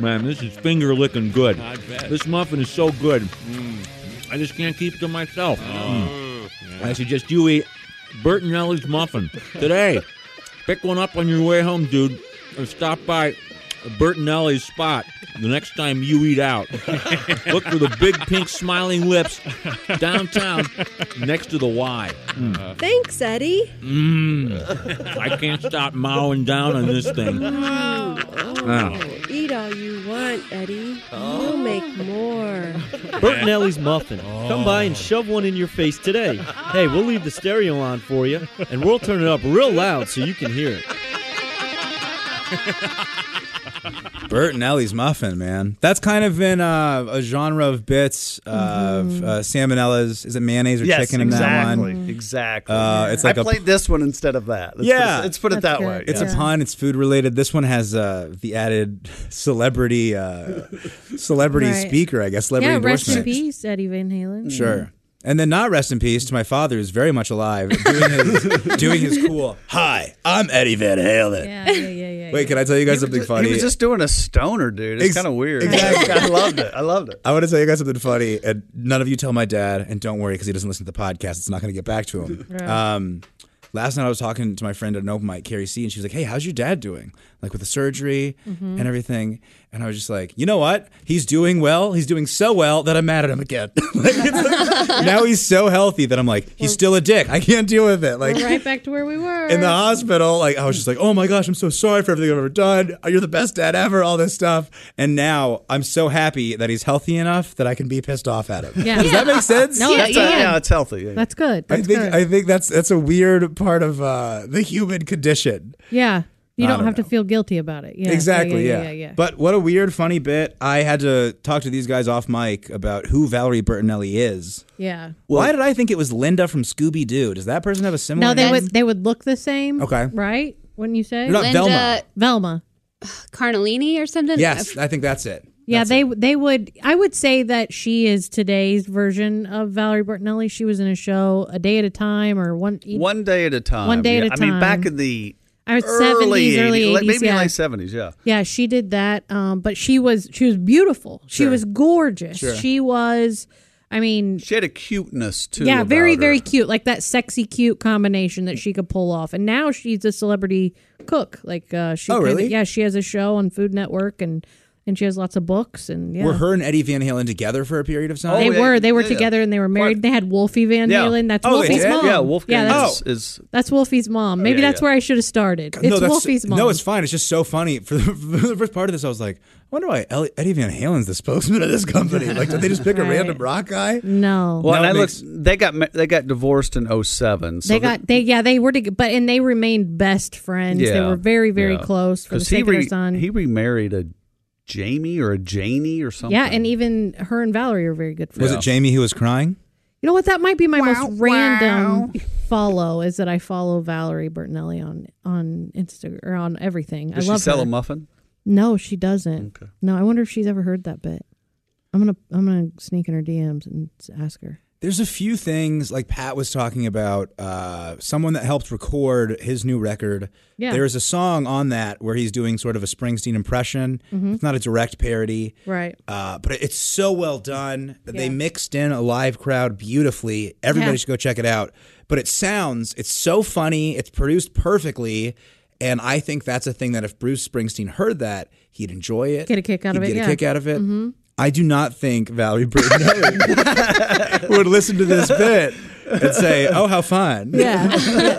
man, this is finger licking good.
I bet. Mm.
This muffin is so good. I just can't keep it to myself.
Oh.
Mm. I suggest you eat Bert Nellie's muffin today. Pick one up on your way home, dude, or stop by Bert Nellie's spot the next time you eat out. Look for the big pink smiling lips downtown next to the Y. Mm.
Thanks, Eddie.
Mm. I can't stop mowing down on <laughs> this thing. Wow.
Eat all you want, Eddie. We'll make more.
Bert and Ellie's Muffin. Come by and shove one in your face today. Hey, we'll leave the stereo on for you, and we'll turn it up real loud so you can hear it.
Bert and Ellie's muffin, man. That's kind of in uh, a genre of bits of
Mm-hmm.
uh, salmonella's. Is it mayonnaise or
Yes,
chicken in that
exactly,
one?
exactly.
Uh, it's like
I
a-
played this one instead of that. Let's
yeah,
put it, let's put it that way.
It's
Yeah.
a pun. It's food related. This one has uh, the added <laughs> celebrity, uh, celebrity
Right.
speaker, I guess, celebrity
yeah. Rest
endorsement.
in peace, Eddie Van Halen.
Sure. And then not rest in peace to my father, who's very much alive, doing his,
<laughs>
doing his cool. Hi, I'm Eddie Van Halen.
Yeah, yeah, yeah, yeah.
Wait, can I tell you guys something funny?
He was just doing a stoner, dude. It's
Ex-
kind of weird.
exactly.
I loved it. I
<laughs>
loved it.
I want to tell you guys something funny, and none of you tell my dad, and don't worry because he doesn't listen to the podcast. It's not going to get back to him.
Yeah.
Um, last night I was talking to my friend at an open mic, Carrie C, and she was like, "Hey, how's your dad doing? Like with the surgery
Mm-hmm.
Mhm.
and everything?" And I was just like, "You know what? He's doing well. He's doing so well that I'm mad at him again. <laughs> Like, it's like- <laughs> now he's so healthy that I'm like, he's still a dick. I can't deal with it. Like."
We're right back to where we were.
<laughs> in the hospital, like I was just like, "Oh my gosh, I'm so sorry for everything I've ever done. You're the best dad ever." All this stuff, and now I'm so happy that he's healthy enough that I can be pissed off at him.
Yeah.
Does that make sense?
No,
That's
yeah,
a-
yeah.
yeah, it's healthy. Yeah, yeah.
That's good.
I
That's
think
good.
I think that's that's a weird part of uh, the human condition.
yeah. You
I
don't,
don't
have to feel guilty about it. Yeah.
exactly.
Yeah.
Yeah,
Yeah. yeah, yeah.
But what a weird, funny bit. I had to talk to these guys off mic about who Valerie Bertinelli is.
Yeah.
Why did I think it was Linda from Scooby Doo? Does that person have a similar?
No, they
name?
would they would look the same.
Okay.
Right? Wouldn't you say?
You're not Linda-
Velma.
Carnellini or something?
Yes, I think that's it.
Yeah, they they would. I would say that she is today's version of Valerie Bertinelli. She was in a show a day at a time or one each-
One day at a time.
One day
yeah.
at a
I mean, back
time.
in the
I was
early
70s, early
80s, like,
80s,
maybe
yeah.
late seventies. Yeah.
Yeah, she did that. Um, but she was she was beautiful. She
Sure.
was gorgeous.
Sure.
She was. I mean,
She had a cuteness too.
yeah,
about
very
her.
very cute, like that sexy cute combination that she could pull off. And now she's a celebrity cook. Like uh, she,
Oh,
kinda-
really?
yeah, she has a show on Food Network and and she has lots of books and yeah.
Were her and Eddie Van Halen together for a period of time?
they were they were together and they were married. They had Wolfie Van
Yeah.
Halen. That's
Oh, they
Wolfie's
did?
mom.
Yeah, Wolfgang
that's,
is-
that's Wolfie's mom. Maybe
yeah,
that's
yeah.
where I should have started. It's
that's-
Wolfie's mom.
Oh. No, it's fine. It's just so funny. For the, <laughs> for the first part of this, I was like, I wonder why Ellie- Eddie Van Halen's the spokesman of this company. Like, did they just pick a
Right.
random rock guy?
no.
Well, and
Now
I
it
looked. They got ma- they got divorced in 07. So
they got they yeah they were to, but and they remained best friends. They were very very close for the
Because he
sake of their
re-
son.
He remarried a Jamie or a Janie or something.
yeah, and even her and Valerie are very good friends.
Was it Jamie who was crying?
You know what? That might be my most random follow is that I follow Valerie Bertinelli on on Instagram or on everything.
Does
I love
she sell
her.
a muffin?
No, she doesn't. No, I wonder if she's ever heard that bit. I'm gonna I'm gonna sneak in her DMs and s- ask her.
There's a few things like Pat was talking about. Uh, someone that helped record his new record.
Yeah.
There's a song on that where he's doing sort of a Springsteen impression.
Mhm.
Mm-hmm.
It's not a direct parody,
Right.
uh, but it's so well done. They
Yeah.
mixed in a live crowd beautifully. Everybody
Yeah.
should go check it out. But it sounds, it's so funny. It's produced perfectly. And I think that's a thing that if Bruce Springsteen heard that, he'd enjoy it.
Get a kick out
He'd
of it.
Get
yeah.
a kick out of it.
Mhm.
I do not think Valerie Bertinelli <laughs> would listen to this bit and say, "Oh, how fun!"
Yeah.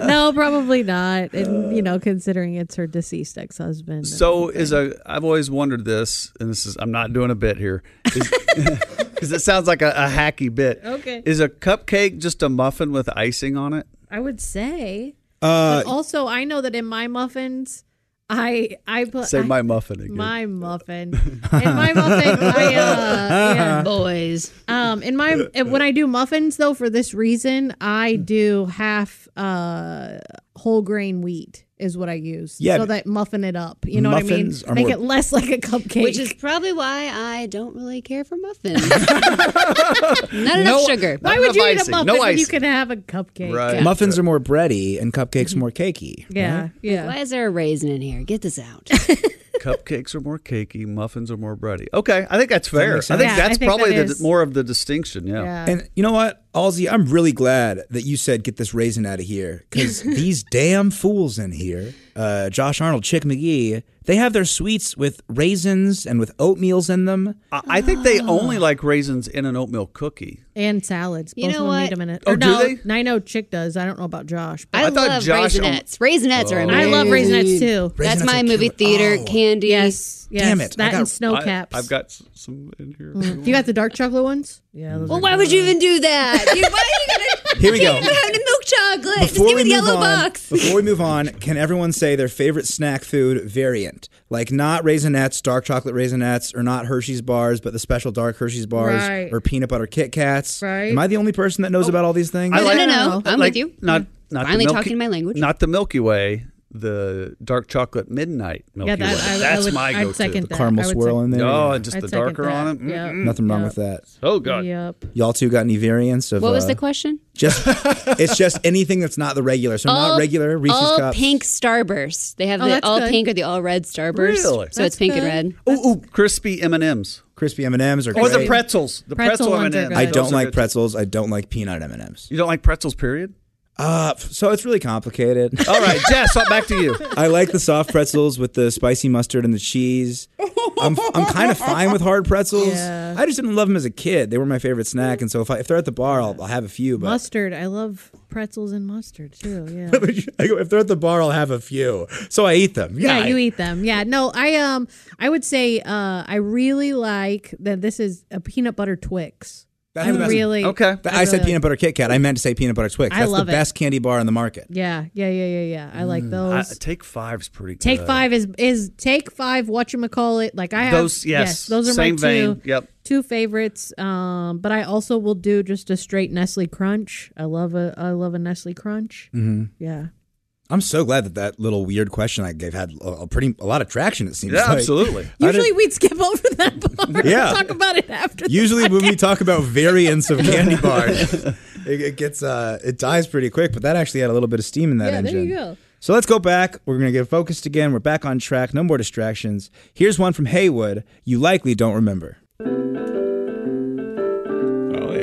<laughs> no, probably not. And you know, considering it's her deceased ex husband.
So is a. I've always wondered this, and this is. I'm not doing a bit here, <laughs> because it sounds like a, a hacky bit.
Okay.
Is a cupcake just a muffin with icing on it?
I would say.
Uh,
But also, I know that in my muffins, I I put
Say
I-
my muffin again.
My
<laughs>
muffin. In my muffin, I
<laughs>
uh, yeah.
boys.
Um, in my when I do muffins though, for this reason, I do half uh whole grain wheat is what I use.
Yeah.
so that muffin it up. You know
Muffins
what I
are
mean? Make
more-
it less like a cupcake.
Which is probably why I don't really care for muffins. Not enough sugar.
Why would you eat a muffin when you can have a cupcake? Yeah.
Muffins are more bready and cupcakes more cakey.
Yeah, yeah.
Why is there a raisin in here? Get this out.
Cupcakes are more cakey, muffins are more bready. Okay, I think that's
Does that
fair. I think
make sense? Yeah,
that's
I think
probably
that
the,
is.
more of the distinction. Yeah.
And you know what, Halsey, I'm really glad that you said get this raisin out of here <laughs> because these damn fools in here, uh, Josh Arnold, Chick McGee, they have their sweets with raisins and with oatmeals in them.
I, I think they
Ah.
only like raisins in an oatmeal cookie.
and salads.
You
Both
know
of them
what?
need a minute.
Oh,
Or
do
no,
they?
I know Chick does. I don't know about Josh. but-
I, love raisinettes. Raisinettes are
Oh.
amazing.
I love raisinettes, too.
That's
Raisinettes
my
are
movie theater candy. Yes,
yes, Damn it, I that got- and snow
I-
caps.
I've got s- some in here.
Mm. <laughs> You got the dark chocolate ones? Yeah.
Well, why would you even do that? You- why are you gonna?
Here we
you
go.
can't Even have any milk chocolate. Just
Before
give me
we
the
move
yellow
on,
box.
before we move on, can everyone say their favorite snack food variant? Like not raisinets, dark chocolate raisinettes, or not Hershey's bars, but the special dark Hershey's bars
Right.
or peanut butter Kit Kats.
Right.
Am I the only person that knows about all these things?
Oh. I like-
I'm
like,
with you.
Not, not the
Finally
Milky-
talking my language.
Not the Milky Way, the dark chocolate midnight Milky
that-
Way.
I- I
That's
would-
my
I'd
go-to.
second The that.
caramel I would swirl sec- in there.
Oh,
Yeah.
and just
I'd
the
second
darker on it.
that.
Mm,
Yep.
mm,
Nothing wrong
yep.
with that.
So good.
Yep.
Y'all two got any variants of
What was
uh,
the question?
Just it's just anything that's not the regular. So not regular Reese's
all
cups.
pink Starburst. They have
Oh,
the
that's
all
good.
pink or the all red Starburst. So
Really?
it's pink and
Ooh, ooh, crispy M and M's.
Crispy M and M's are
or the
great.
pretzels. The
Pretzel
pretzel,
ones
M and
are
M's.
I don't like pretzels. I don't like peanut M and M's.
You don't like pretzels, period.
Uh, f- so it's really complicated.
All right, Jess, back to you.
I like the soft pretzels with the spicy mustard and the cheese. I'm, I'm kind of fine with hard pretzels.
Yeah.
I just didn't love them as a kid. They were my favorite snack, and so if, I, if they're at the bar, I'll, I'll have a few. But
Mustard. I love pretzels and mustard
<laughs>
too. Yeah.
I go, if they're at the bar, I'll have a few. So I eat them.
yeah,
Yeah, I-
you eat them. Yeah. No, I um I would say uh I really like that this is a peanut butter Twix.
That's
I
the best.
really
Th- I, said
really-
peanut butter Kit Kat. I meant to say peanut butter Twix.
I
That's
love
the
it.
best candy bar on the market.
Yeah, yeah, yeah, yeah, yeah. I
Mm.
like
I,
those.
take five's pretty.
Take
good.
five is is take five. What you call it? Like I have
Those yes,
those are
same
my
vein.
two
Yep.
two favorites. Um, but I also will do just a straight Nestle Crunch. I love a I love a Nestle Crunch.
Mm-hmm.
Yeah,
I'm so glad that that little weird question I gave had a, a pretty a lot of traction. It seems.
Yeah,
like.
<laughs>
absolutely.
I
usually
didn't-
we'd skip over that part.
Yeah.
talk about it after. the
usually when we talk about variants
<laughs>
of candy bars, it, it gets uh, it dies pretty quick. But that actually had a little bit of steam in that
Yeah, there
engine.
you go.
So let's go back. We're gonna get focused again. We're back on track. No more distractions. Here's one from Haywood. You likely don't remember.
Oh,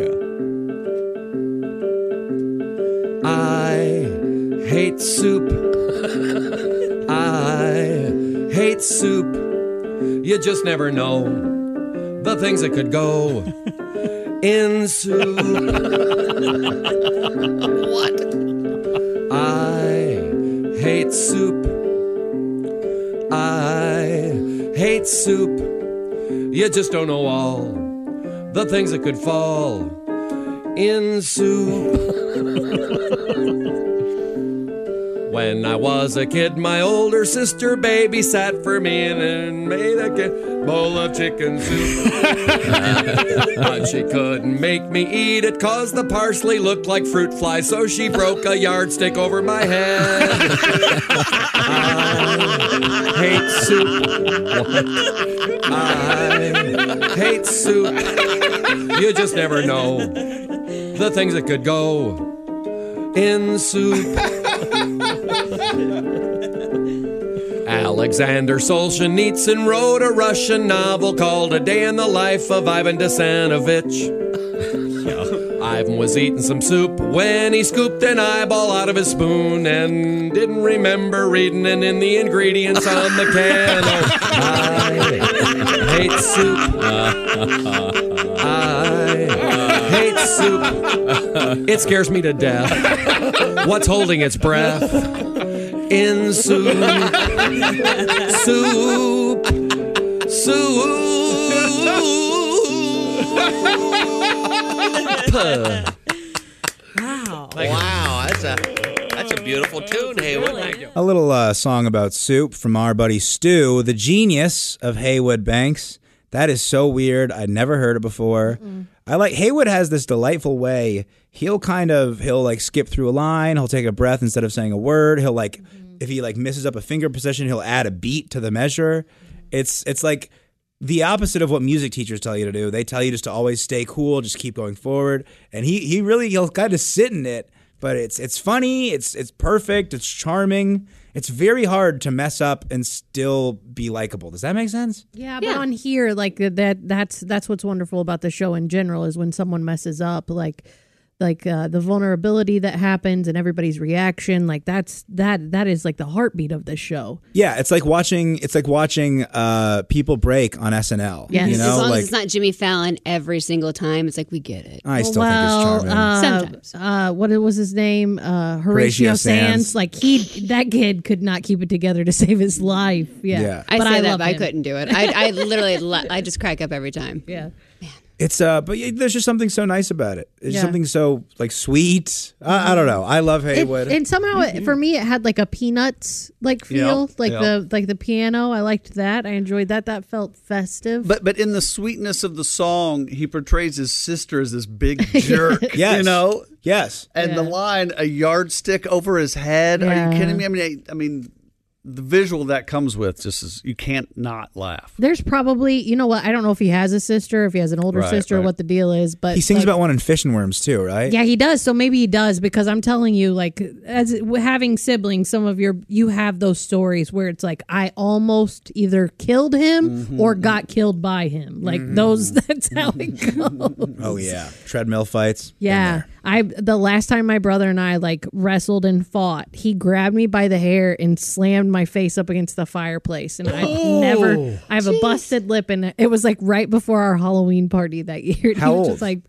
yeah. I hate soup. I hate soup.
You just never know the things that could go ensue. what? I hate soup. I hate soup. You just don't know all the things that could fall in soup. When I was a kid, my older sister babysat for me and, and made a ki- bowl of chicken soup. but she couldn't make me eat it cause the parsley looked like fruit flies, so she broke a yardstick over my head. I hate soup.
<laughs>
I hate soup. You just never know the things that could go in soup. Alexander Solzhenitsyn wrote a Russian novel called A Day in the Life of Ivan Desanovich. Ivan was eating some soup when he scooped an eyeball out of his spoon and didn't remember reading it in the ingredients on the can. Oh, I hate soup. I hate soup. It scares me to death. What's holding its breath? in soup. soup. Soup.
Wow. Wow. That's a that's a beautiful tune, Haywood.
A little uh, song about soup from our buddy Stu, the genius of Haywood Banks. That is so weird. I'd never heard it before. I like Haywood has this delightful way. He'll kind of he'll like skip through a line. He'll take a breath instead of saying a word. He'll like if he like misses up a finger position, he'll add a beat to the measure. It's it's like the opposite of what music teachers tell you to do. They tell you just to always stay cool, just keep going forward. And he he really he'll kind of sit in it, but it's it's funny, it's it's perfect, it's charming. It's very hard to mess up and still be likable. Does that make sense?
Yeah, but on here, like that, that's that's what's wonderful about the show in general is when someone messes up, like like uh, the vulnerability that happens and everybody's reaction. Like that's that that is like the heartbeat of the show.
Yeah, it's like watching it's like watching uh, people break on SNL.
Yes.
You
as
know,
long
like
as it's not Jimmy Fallon every single time, it's like we get it.
I still think it's charming.
Sometimes. Uh, what was his name? Uh, Horatio,
Horatio
Sands.
Sands.
Like he, that kid could not keep it together to save his life. Yeah,
I say that,
love
but I
him.
couldn't do it. I,
<laughs>
I literally, la- I just crack up every time.
Yeah.
it's uh, but yeah, there's just something so nice about it. There's
Yeah.
something so like sweet. I, I don't know. I love
It-
Haywood.
and somehow, it, for me, it had like a peanuts like
Yeah.
feel, like
Yeah.
the like the piano. I liked that. I enjoyed that. That felt festive.
But but in the sweetness of the song, he portrays his sister as this big jerk.
<laughs> Yes.
You know?
Yes.
And the line, a yardstick over his head. Are
Yeah.
you kidding me? I mean, I, I mean, the visual that comes with just is you can't not laugh.
There's probably, you know what? I don't know if he has a sister, if he has an older
Right,
sister, or
right.
what the deal is. But
he sings
like-
about one in Fish and Worms too, right?
Yeah, he does. So maybe he does because I'm telling you, like, as having siblings, some of your you have those stories where it's like I almost either killed him
Mm-hmm.
or got killed by him. Like those, <laughs> that's how it goes.
Oh yeah, treadmill fights.
Yeah, I the last time my brother and I like wrestled and fought, he grabbed me by the hair and slammed my face up against the fireplace, and I've
Oh.
never. I have a busted lip, and it was like right before our Halloween party that <laughs> year.
How
He was
old?
Just like,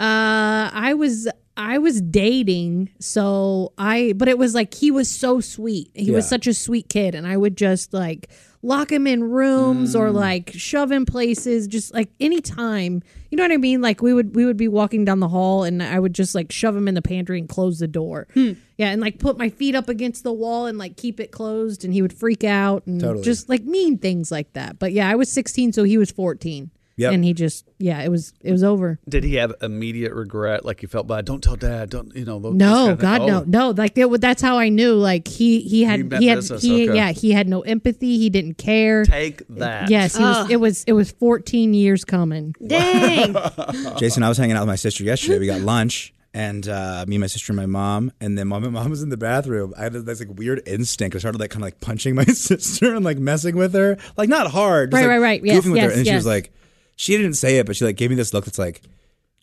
uh, I was. I was dating, so I, but it was like he was so sweet. He was
Yeah.
such a sweet kid, and I would just like lock him in rooms
Mm.
or like shove him places, just like anytime. You know what I mean? Like we would we would be walking down the hall, and I would just like shove him in the pantry and close the door.
Hmm.
Yeah, and like put my feet up against the wall and like keep it closed, and he would freak out and
Totally.
just like mean things like that. But yeah, I was 16, so he was 14.
Yep.
and he just yeah, it was it was over.
Did he have immediate regret? Like you felt bad? Don't tell dad. Don't you know? those-
No,
those kind
God,
of-
no,
Oh.
no. Like it, that's how I knew. Like he, he had,
meant
he had,
business,
he,
okay.
yeah, he had no empathy. He didn't care.
Take that.
Yes, he was,
Ugh.
it was, it was fourteen years coming.
Dang.
<laughs> Jason, I was hanging out with my sister yesterday. We got lunch, and uh, me, my sister, and my mom. And then my my mom was in the bathroom. I had this like weird instinct. I started like kind of like punching my <laughs> sister and like messing with her, like not hard, just,
Right,
like,
right, right.
goofing
Yes,
with her.
yes,
And she
yes.
was like, she didn't say it, but she like gave me this look that's like,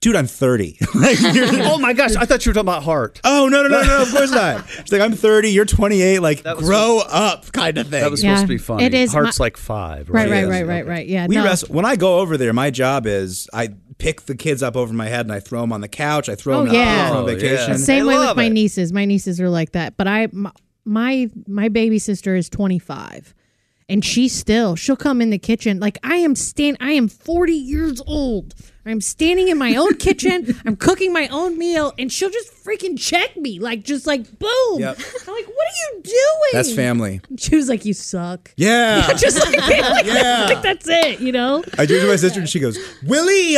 dude, I'm 30. <laughs>
<laughs>
Like, you're-
oh my gosh, I thought you were talking about heart.
Oh no no no no! Of
<laughs>
course not. She's like, I'm 30. You're 28. Like, grow up, kind of thing.
That was
Yeah.
supposed to be funny.
It is
Heart's
my-
like five,
Right,
right?
right, right, right, right. Yeah.
we
no.
wrestle. When I go over there, my job is I pick the kids up over my head and I throw them on the couch. I throw
Oh,
them out
yeah.
on
Oh, yeah.
vacation.
The same way <laughs> with my nieces. My nieces are like that. But I, my, my my baby sister is 25, and she still she'll come in the kitchen like I am stand. I am 40 years old. I'm standing in my own
<laughs>
kitchen. I'm cooking my own meal, and she'll just freaking check me like just like boom. <laughs>
Yep.
I'm like, what are you doing?
That's family.
She was like, you suck.
Yeah.
<laughs> just
<laughs>
like, like,
Yeah.
like that's it. You know.
I do it to my sister, and she goes, "Willie."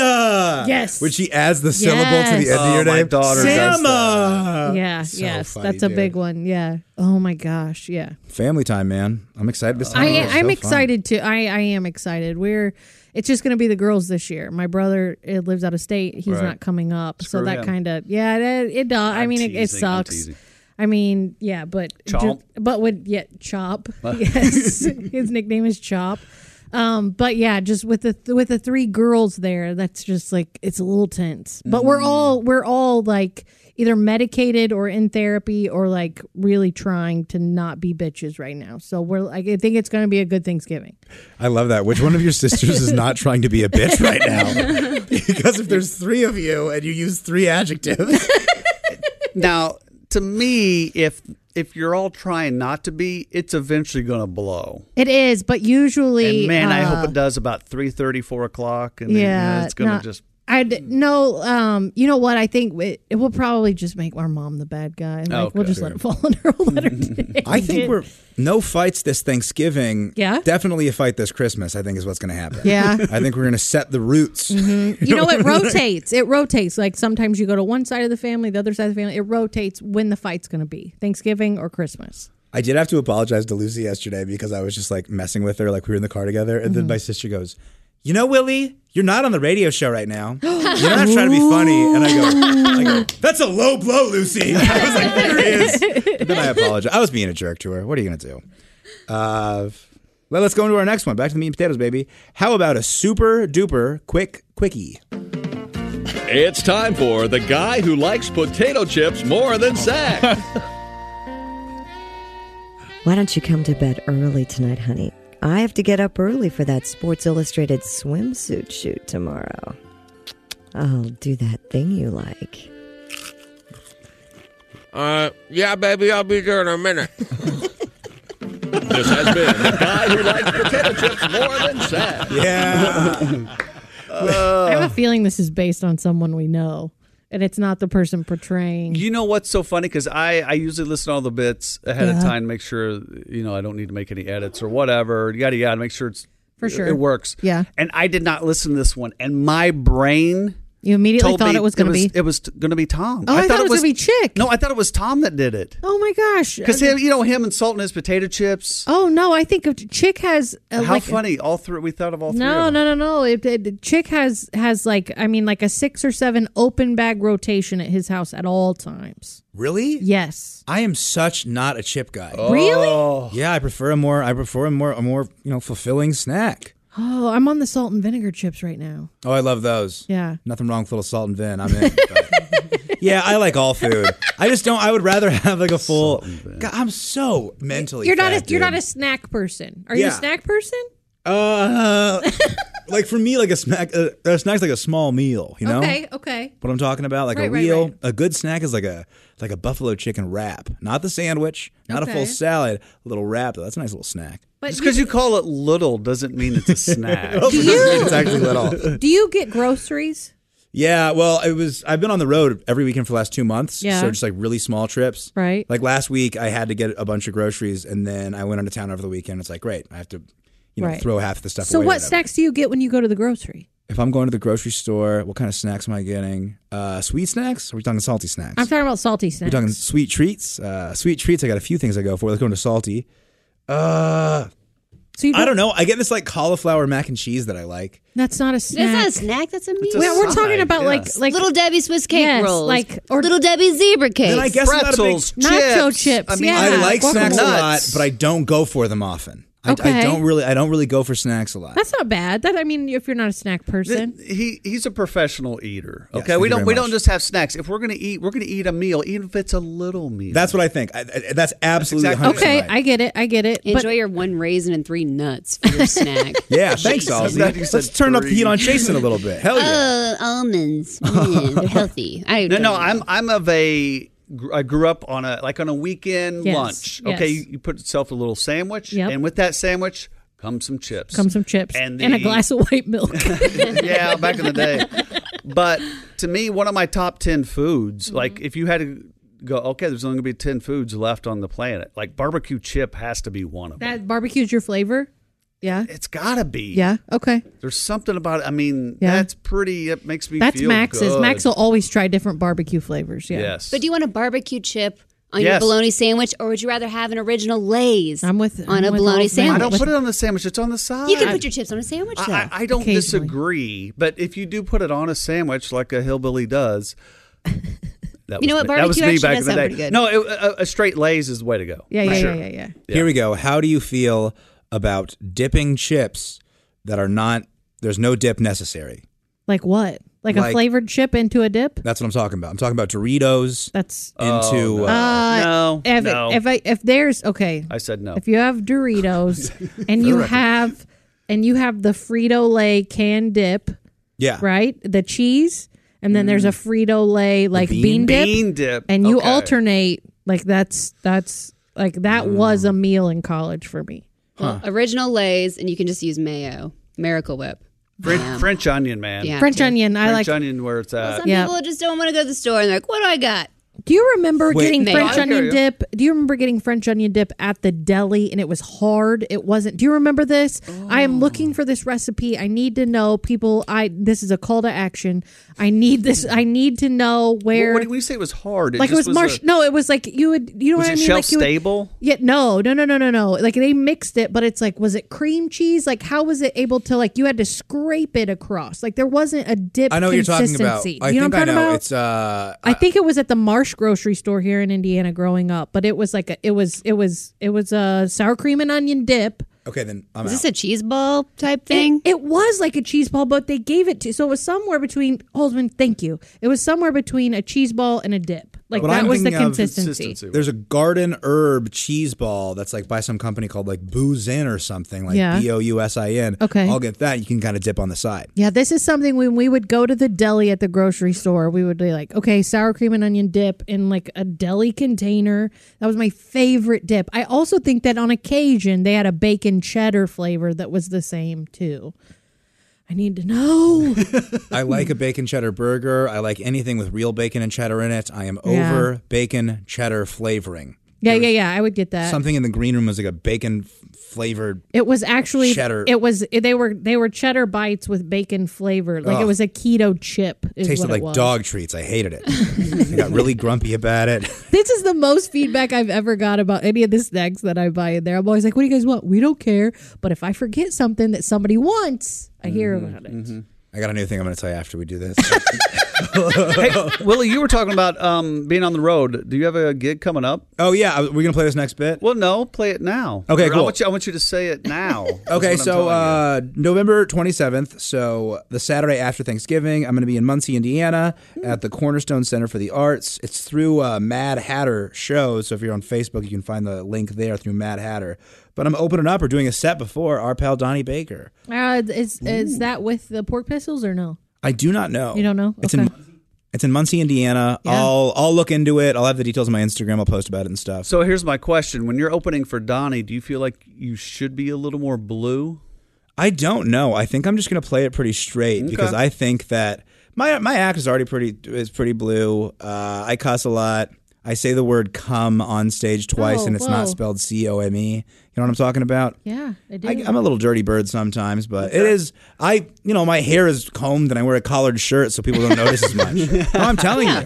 Yes.
When she adds the syllable to the
Yes.
end of your
Oh, my
name,
daughter does that.
Samma.
yeah.
So
yes.
funny,
that's a
dude.
big one. Yeah. Oh my gosh. Yeah.
Family time, man. I'm excited to see.
I, I'm excited too. I, I am excited. We're it's just going to be the girls this year. My brother uh lives out of state. He's
Right.
not coming up,
Screw
so that
him.
kind of yeah. It, it does. I mean, it, it
teasing, I'm
sucks.
teasing.
I mean, yeah, but ju-
Chomp.
but would yeah,
<laughs>
Chop.
What?
Yes, <laughs> his nickname is Chop. Um, but yeah, just with the with the three girls there, that's just like it's a little tense. But we're
Mm-hmm.
all we're all like either medicated or in therapy or like really trying to not be bitches right now. So we're like, I think it's going to be a good Thanksgiving.
I love that. Which one of your sisters is not trying to be a bitch
<laughs>
right
Oh.
now? <laughs> because if there's three of you and you use
<laughs>
three adjectives,
Now, to me, if if you're all trying not to be, it's eventually going to blow.
It is, but usually,
And man, I hope
uh,
it does about 3.30, 4 o'clock. And then,
yeah,
uh, it's going to
no,
just.
I'd no. Um, you know what? I think it, it will probably just make our mom the bad guy. Like
Oh,
we'll
okay.
just let it fall on
<laughs>
her. <laughs> We'll let her take
I think
it.
we're no fights this Thanksgiving.
Yeah?
Definitely a fight this Christmas, I think is what's going to happen.
Yeah. Mm-hmm.
I think we're going to set the roots.
You
<laughs>
know, it
<laughs>
rotates. It rotates. Like sometimes you go to one side of the family, the other side of the family. It rotates when the fight's going to be Thanksgiving or Christmas.
I did have to apologize to Lucy yesterday because I was just like messing with her. Like we were in the car together. And then my sister goes, You know, Willie, you're not on the radio show right now. <gasps> You're not trying to be funny. And
<laughs>
I go, I go That's a low blow, Lucy. <laughs> I was like, There it is. And then I apologize. I was being a jerk to her. What are you going to do? Uh, well, let's go into our next one. Back to the meat and potatoes, baby. How about a super duper quick quickie?
It's time for the guy who likes potato chips more than
<laughs>
Zach.
Why don't you come to bed early tonight, honey? I have to get up early for that Sports Illustrated swimsuit shoot tomorrow. I'll do that thing you like.
Uh, yeah, baby, I'll be there in a minute. this has been the guy who likes potato chips more than Zach. <laughs>
Yeah.
<laughs> I have a feeling this is based on someone we know, and it's not the person portraying.
You know what's so funny? Because I, I usually listen to all the bits ahead
Yeah.
of time, make sure, you know, I don't need to make any edits or whatever, yada, yada, make sure it's.
For sure.
It works.
Yeah.
And I did not listen to this one. And my brain.
You immediately
told
thought
me
it was going to be.
It was going to be Tom.
Oh, I thought it was gonna be Chick.
No, I thought it was Tom that did it.
Oh my gosh!
Because you know him and Salt and his potato chips.
Oh no, I think of Chick has uh,
How
like
funny! All three we thought of all three.
No,
of them.
no, no, no. It, it, Chick has has like I mean like a six or seven open bag rotation at his house at all times.
Really?
Yes.
I am such not a chip guy.
Really?
Yeah, I prefer a more I prefer a more a more, you know, fulfilling snack.
Oh, I'm on the salt and vinegar chips right now.
Oh, I love those.
Yeah.
Nothing wrong with a little salt and vin. I'm in.
<laughs>
But- yeah, I like all food. I just don't. I would rather have like a full. God, I'm so mentally.
You're not a
fat,
you're
dude.
not a snack person. Are you
Yeah.
a snack person?
Uh, like for me, like a snack. Uh, a snack's like a small meal. You know.
Okay, okay.
What I'm talking about, like a
Right, right,
real,
right.
a good snack is like a like a buffalo chicken wrap, not the sandwich, not a full
Okay.
salad, a little wrap. Though. That's a nice little snack.
But
Just because you call it little doesn't
<laughs>
mean it's a snack.
Do <laughs> you- It's actually little.
Do you get groceries?
Yeah, well, it was. I've been on the road every weekend for the last two months.
Yeah.
So just like really small trips.
Right.
Like last week, I had to get a bunch of groceries, and then I went into town over the weekend. It's like, great, I have to, you know,
Right.
throw half the stuff
so
away. or
what
whatever.
snacks do you get when you go to the grocery?
If I'm going to the grocery store, what kind of snacks am I getting? Uh, sweet snacks? Or are we talking salty snacks?
I'm talking about salty snacks.
We're talking sweet treats. Uh, sweet treats. I got a few things I go for. Let's go into salty. Uh,
so you
I don't know. I get this like cauliflower mac and cheese that I like.
That's not a snack.
That's not a snack. That's a meal.
a Well,
we're talking side, about, yeah. like- like-
little Debbie Swiss cake
Yes,
rolls,
like-
like or little Debbie zebra cake.
Then I guess I'm not a big-
Pretzels,
Nacho chips.
I mean,
yeah.
I like
guacamole.
snacks a lot, but I don't go for them often. I, I
Okay.
don't really I don't really go for snacks a lot.
That's not bad. That I mean, if you're not a snack person,
He he's a professional eater.
Yes,
Okay,
thank
we
you
don't
very
we
much.
don't just have snacks. If we're gonna eat, we're gonna eat a meal, even if it's a little meal.
That's what I think. I, I- that's absolutely
exactly
100%
okay,
right.
I get it. I get it.
Enjoy your one raisin and three nuts for your snack.
Yeah, thanks,
Jesus.
Ozzy.
That you
Let's turn up the heat on Jason a
<laughs>
little bit. Hell yeah.
Oh, almonds. Mm,
<laughs>
they're healthy. I
no,
don't
no,
know.
I'm I'm of a gr- I grew up on a like on a weekend
Yes,
lunch. Okay,
yes.
you, you put yourself a little sandwich,
Yep.
and with that sandwich comes some chips.
come some chips
and
and,
the-
a glass of white
<laughs>
milk.
<laughs>
<laughs>
yeah, back in the day. But to me, one of my top 10 foods,
Mm-hmm.
like if you had to go, okay, there's only going to be 10 foods left on the planet, like barbecue chip has to be one of them.
that barbecue's your flavor. Yeah.
It's got to be.
Yeah. Okay.
There's something about it. I mean,
Yeah.
that's pretty, it makes me
That's
feel
Max's.
good.
Max will always try different barbecue flavors. Yeah.
Yes.
But do you want a barbecue chip on
Yes.
your bologna sandwich, or would you rather have an original Lay's
I'm with
on a
I'm with
bologna
all three.
sandwich?
I don't put it on the sandwich. It's on the side.
You can put your chips on a sandwich though.
I, I- I don't disagree, but if you do put it on a sandwich like a
<laughs>
hillbilly does, that
You know
was
what?
me. That was
Barbecue
me
actually
back
does
in
sound
the
pretty
day.
good.
No, it, uh, a, a straight Lay's is the way to go.
Yeah,
for
yeah,
sure.
yeah, yeah, yeah.
Here we go. How do you feel about dipping chips that are not there's no dip necessary?
Like what? Like,
Like-
a flavored chip into a dip?
That's what I'm talking about. I'm talking about Doritos.
That's
into
Oh, no.
uh,
no,
if,
no.
if I if there's okay,
I said no.
if you have
<laughs>
Doritos and you
Correct.
have and you have the Frito Lay can dip,
yeah.
right? The cheese, and then there's a Frito Lay like bean,
bean-
dip,
Mm. bean dip,
and you
okay.
alternate. Like that's that's like that
Mm.
was a meal in college for me.
Well, original Lay's, and you can just use mayo. Miracle Whip.
French, French onion, man.
Yeah.
French onion, I
French
like.
onion where it's uh, at.
Some people just don't want to go to the store and they're like, what do I got?
Do you remember
Wait.
getting
Mayo.
French
Okay,
onion
yeah.
dip? Do you remember getting French onion dip at the deli and it was hard? It wasn't. Do you remember this? I am
Oh.
looking for this recipe. I need to know people. I this is a call to action. I need this. I need to know where.
What, when you say it was hard, it
like it
just
was, marsh.
a-
no, it was like you would. You know
was
what I
it
mean?
shelf
like you would-
stable?
yeah, no, no, no, no, no, no. Like they mixed it, but it's like, was it cream cheese? Like, how was it able to like? You had to scrape it across. Like there wasn't a dip.
I know what you're talking about.
consistency.
I
Do you
think
know what
I
I'm
know.
talking about?
It's uh
I think it was at the Marsh grocery store here in Indiana growing up, but it was like a, it was it was it was a sour cream and onion dip.
okay then I'm
Is
out.
this a cheese ball type thing?
It, it was like a cheese ball, but they gave it to so it was somewhere between Holzman. Thank you. It was somewhere between a cheese ball and a dip. Like
What
that
I'm
was the
thinking of-
consistency.
There's a garden herb cheese ball that's like by some company called like Boozin or something like
Yeah.
B O U S I N.
Okay.
I'll get that. You can kind of dip on the side.
Yeah, this is something when we would go to the deli at the grocery store, we would be like, okay, sour cream and onion dip in like a deli container. That was my favorite dip. I also think that on occasion they had a bacon cheddar flavor that was the same too. I need to
<laughs>
know.
I like a bacon cheddar burger. I like anything with real bacon and cheddar in it. I am
Yeah.
over bacon cheddar flavoring.
yeah, yeah, yeah. I would get that.
Something in the green room was like a bacon f- flavored.
It was actually
Cheddar.
It was they were they were cheddar bites with bacon flavor. Like it
Ugh.
was a keto chip. Is
tasted
what it
like
was.
dog treats. I hated it. I got really grumpy about it.
This is the most feedback I've ever got about any of the snacks that I buy in there. I'm always like, what do you guys want? We don't care. But if I forget something that somebody wants, <laughs> I hear about it.
I got a new thing I'm going to tell you after we do this. <laughs>
hey, Willie, you were talking about um, being on the road. Do you have a gig coming up?
oh yeah, we're going to play this next bit.
Well, no, play it now.
Okay,
Or I
cool.
want you, I want you to say it now. is what
<laughs> Okay,
I'm
so
telling you.
uh, November 27th, so the Saturday after Thanksgiving, I'm going to be in Muncie, Indiana
Hmm.
at the Cornerstone Center for the Arts. It's through uh, Mad Hatter Shows, so if you're on Facebook, you can find the link there through Mad Hatter. But I'm opening up or doing a set before our pal Donnie Baker.
Uh, is is that with the pork pistols or no?
I do not know.
You don't know?
It's
Okay.
in it's in Muncie, Indiana.
Yeah.
I'll I'll look into it. I'll have the details on my Instagram. I'll post about it and stuff.
So here's my question: When you're opening for Donnie, do you feel like you should be a little more blue?
I don't know. I think I'm just gonna play it pretty straight because I think that my my act is already pretty is pretty blue. Uh, I cuss a lot. I say the word "come" on stage twice,
Oh,
and it's not
whoa.
spelled C O M E. You know what I'm talking about?
Yeah, I do.
I, I'm a little dirty bird sometimes, but it is. I you know my hair is combed and I wear a collared shirt, so people don't notice as much.
<laughs>
No, I'm telling you,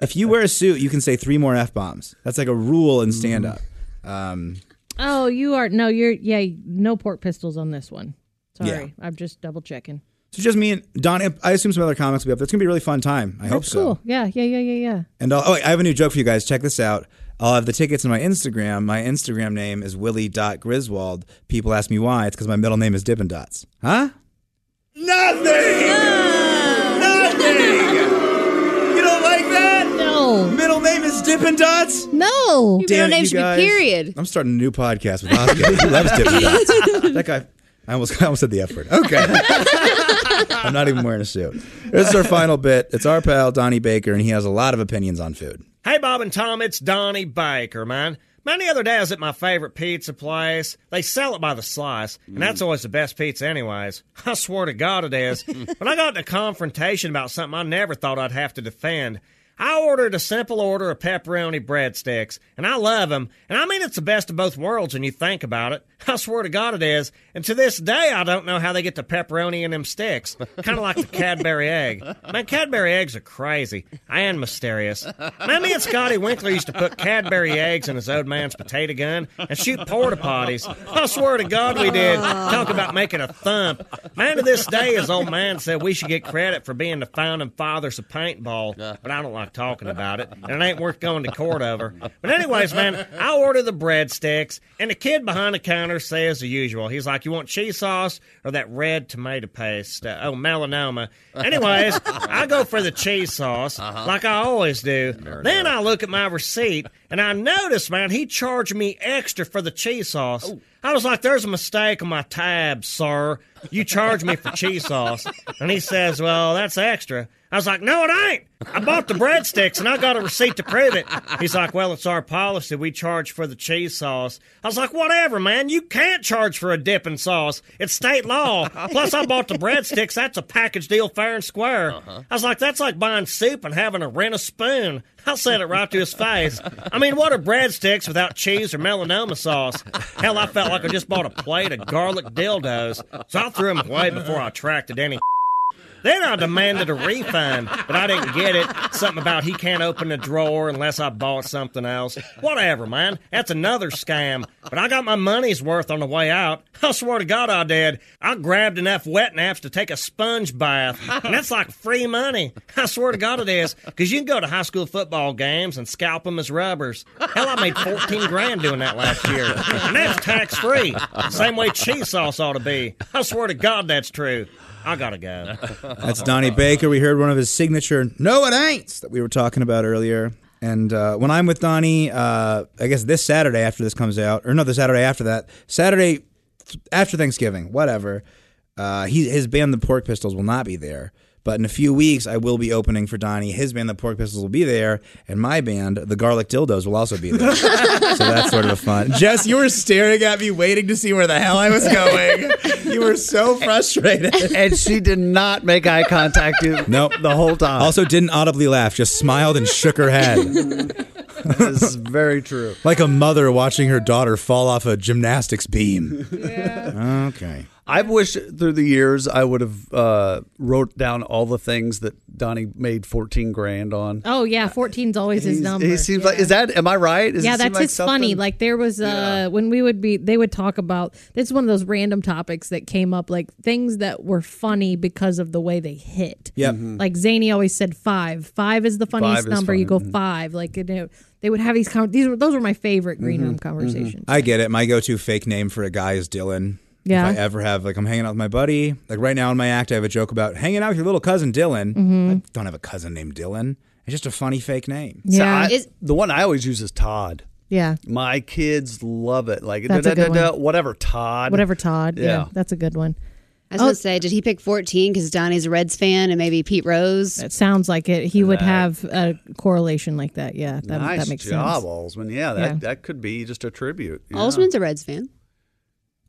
if you wear a suit, you can say three more f bombs. That's like a rule
Mm.
in stand up. Um,
oh, you are no, you're yeah, no pork pistols on this one. Sorry,
Sorry.
I'm just double checking.
so just me and Don. I assume some other comics will be up. there. It's gonna be a really fun time. I hope so.
Cool. Yeah, yeah, yeah, yeah, yeah.
And I'll, oh, wait, I have a new joke for you guys. Check this out. I'll have the tickets in my Instagram. My Instagram name is willie.griswold. People ask me why. It's because my middle name is Dippin' Dots. Huh?
Nothing. Nothing.
You don't like that?
No.
Middle name is Dippin' Dots?
No.
Your middle name should be period.
I'm starting a new podcast with Oscar. he loves
<laughs>
Dippin' Dots. That guy, I almost, I almost said the F word. Okay. I'm not even wearing a suit. This is our final bit. It's our pal, Donnie Baker, and he has a lot of opinions on food.
Hey, Bob and Tom, it's Donnie Baker, man. Man, the other day I was at my favorite pizza place. They sell it by the slice, and that's always the best pizza, anyways. <laughs> I swear to God it is. when I got in a confrontation about something I never thought I'd have to defend, I ordered a simple order of pepperoni breadsticks, and I love 'em. And I mean, it's the best of both worlds when you think about it. I swear to God it is. And to this day, I don't know how they get the pepperoni in them sticks. kind of like the Cadbury egg. Man, Cadbury eggs are crazy and mysterious. Man, me and Scotty Winkler used to put Cadbury eggs in his old man's potato gun and shoot porta potties. I swear to God we did. Talk about making a thump. Man, to this day, his old man said we should get credit for being the founding fathers of paintball, but I don't like talking about it, and it ain't worth going to court over. But, anyways, man, I order the breadsticks, and the kid behind the counter says the usual. He's like, You want cheese sauce or that red tomato paste? Uh, oh, melanoma. Anyways, I go for the cheese sauce like I always do. then I look at my receipt and I notice, man, he charged me extra for the cheese sauce. I was like, there's a mistake on my tab, sir. You charged me for cheese sauce. And he says, well, that's extra. I was like, no, it ain't. I bought the breadsticks and I got a receipt to prove it. He's like, well, it's our policy. We charge for the cheese sauce. I was like, whatever, man. You can't charge for a dipping sauce. It's state law. Plus, I bought the breadsticks. That's a package deal, fair and square. I was like, that's like buying soup and having to rent a spoon. I said it right to his face. I mean, what are breadsticks without cheese or melanoma sauce? Hell, I felt like I just bought a plate of garlic dildos. So I threw him away before I attracted any. Then I demanded a refund, but I didn't get it. Something about he can't open a drawer unless I bought something else. Whatever, man. That's another scam. But I got my money's worth on the way out. I swear to God I did. I grabbed enough wet naps to take a sponge bath. And that's like free money. I swear to God it is. Because you can go to high school football games and scalp them as rubbers. Hell, I made 14 grand doing that last year. And that's tax free. Same way cheese sauce ought to be. I swear to God that's true. I gotta go.
That's Donnie Baker. We heard one of his signature "No, it ain't" that we were talking about earlier. And uh, when I'm with Donnie, uh, I guess this Saturday after this comes out, or no, the Saturday after that, Saturday after Thanksgiving, whatever. Uh, he his band, the Pork Pistols, will not be there. But in a few weeks, I will be opening for Donnie. His band, the Pork Pistols, will be there, and my band, the Garlic Dildos, will also be there. so that's sort of a fun. Jess, you were staring at me, waiting to see where the hell I
<laughs>
was going. you were so frustrated.
and she did not make eye contact with
<laughs> Nope.
the whole time.
Also, didn't audibly laugh, just smiled and shook her head.
<laughs> this is very true.
like a mother watching her daughter fall off a gymnastics beam. Okay.
I've wished through the years I would have uh, wrote down all the things that Donnie made fourteen grand on.
Oh yeah, 14's always his number.
He seems like is that am I right? Does it
yeah,
seem
that's
like
his funny.
something-
Like there was uh when we would be they would talk about this is one of those random topics that came up, like things that were funny because of the way they hit.
Yep.
Like Zany always said five. Five is the funniest
Hmm. is Mm-hmm.
number. You
funny,
go five. Like you know, they would have these con- these were those were my favorite
Mm-hmm.
green room conversations.
Mm-hmm. I get it. My go-to fake name for a guy is Dylan.
Yeah.
If I ever have like I'm hanging out with my buddy, like right now in my act, I have a joke about hanging out with your little cousin Dylan.
Mhm.
I don't have a cousin named Dylan. It's just a funny fake name.
So
Yeah.
I-
Is-
the one I always use is Todd.
Yeah.
My kids love it. Like
That's a good
da-da-da-da,
one.
whatever Todd.
Whatever Todd. Yeah.
Yeah.
That's a good one.
I
Oh.
was gonna say, did he pick 14 because Donnie's a Reds fan and maybe Pete Rose?
That sounds like it. He would have a correlation like that. Yeah. That,
nice
that makes
job,
sense.
Alsman. Yeah, that,
Yeah.
that could be just a tribute. Yeah.
Alsman's a Reds fan.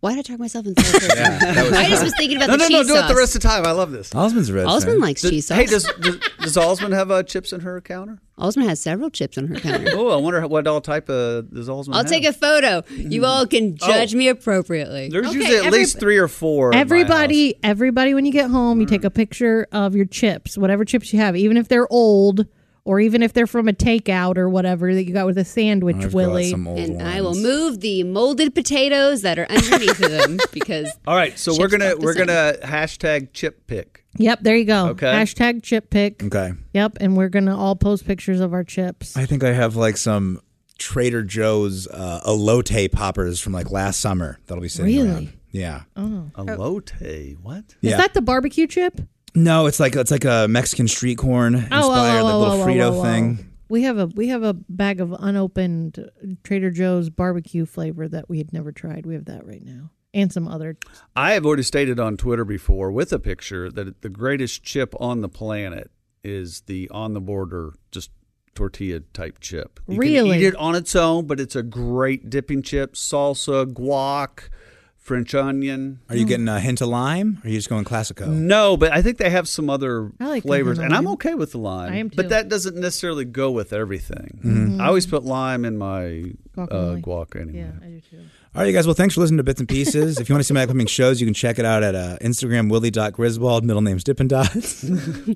Why did I talk myself into third
Yeah,
person?
that was-
<laughs> I just was thinking about
no,
the
no,
cheese
no. Do it
sauce.
the rest of the time. I love this.
Osmond's a red.
Osmond
fan.
likes
Does-
cheese sauce.
Hey, does, does does Alsman have uh, chips in her counter?
Osmond has several chips on her
<laughs>
counter.
Oh, I wonder what all type of does Alsman.
I'll
have? Mm-hmm. Oh.
take a photo. You all can judge me appropriately.
There's usually at least three or four. at my house.
Everybody, everybody, when you get home, you
Mm.
take a picture of your chips, whatever chips you have, even if they're old or even if they're from a takeout or whatever that you got with a sandwich,
I've got
Willie.
some old
and
ones.
I will move the molded potatoes that are underneath of
<laughs>
them because
All right, so we're
Chips
gonna
look the
we're
same.
gonna hashtag chip pick.
Yep, there you go.
Okay.
Hashtag chip pick.
Okay.
Yep, and we're gonna all post pictures of our chips.
I think I have like some Trader Joe's uh, elote poppers from like last summer that'll be sitting
Really?
around. Yeah.
Oh.
Elote. What?
Is
Yeah.
that the barbecue chip?
no, it's like it's like a Mexican street corn inspired
Oh, oh,
that
oh,
little
oh, oh,
Frito
oh, oh.
thing.
We have a we have a bag of unopened Trader Joe's barbecue flavor that we had never tried. We have that right now, and some other.
I have already stated on Twitter before with a picture that the greatest chip on the planet is the on the border just tortilla type chip. You
Really?
can eat it on its own, but it's a great dipping chip, salsa, guac, French onion.
Are
Mm.
you getting a hint of lime? Or are you just going classico?
No, but I think they have some other
I like the
flavors, and I'm
lime.
okay with the lime.
I am
But that doesn't necessarily go with everything.
Mm.
Mhm.
I always put lime in my uh,
Guacamole.
guac anyway.
All right, you guys. Well, thanks for listening to Bits and Pieces. if you want to see my upcoming shows, you can check it out at uh, Instagram, willie.griswold, middle name's Dippin' Dots.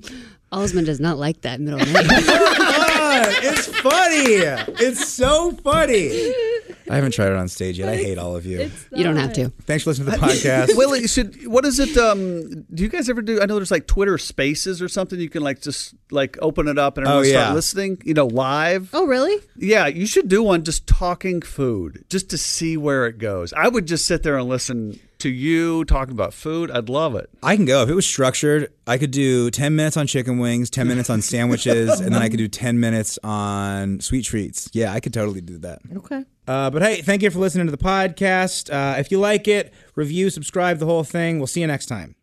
<laughs>
Alsman does not like that
<laughs>
middle name.
it's funny. It's so funny. I haven't tried it on stage yet. I hate all of you.
You don't have to.
Thanks
<laughs>
for <laughs> listening to the podcast.
Willie, should what is it? Um, do you guys ever do? I know there's like Twitter Spaces or something. You can like just like open it up and
Oh,
everyone
yeah.
start listening. You know, live.
Oh, really?
Yeah, you should do one just talking food, just to see where it goes. I would just sit there and listen to you talking about food. I'd love it.
I can go. If it was structured, I could do 10 minutes on chicken wings, 10 minutes on sandwiches, and then I could do 10 minutes on sweet treats. Yeah, I could totally do that.
Okay.
Uh, but hey, thank you for listening to the podcast. Uh, if you like it, review, subscribe, the whole thing. We'll see you next time.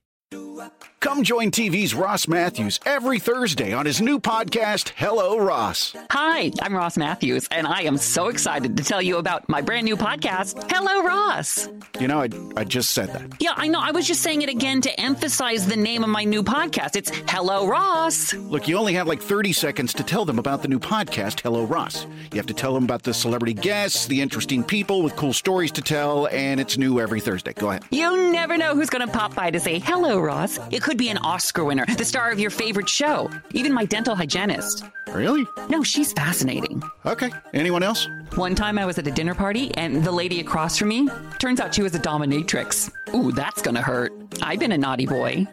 Come join TV's Ross Matthews every Thursday on his new podcast, Hello Ross.
Hi, I'm Ross Matthews, and I am so excited to tell you about my brand new podcast, Hello Ross.
You know, I, I just said that.
Yeah, I know. I was just saying it again to emphasize the name of my new podcast. It's Hello Ross.
Look, you only have like 30 seconds to tell them about the new podcast, Hello Ross. You have to tell them about the celebrity guests, the interesting people with cool stories to tell, and it's new every Thursday. Go ahead.
You never know who's going to pop by to say hello, Ross. It could be an Oscar winner, the star of your favorite show, even my dental hygienist.
Really?
No, she's fascinating.
Okay. Anyone else?
One time I was at a dinner party, and the lady across from me turns out she was a dominatrix. Ooh, that's going to hurt. I've been a naughty boy.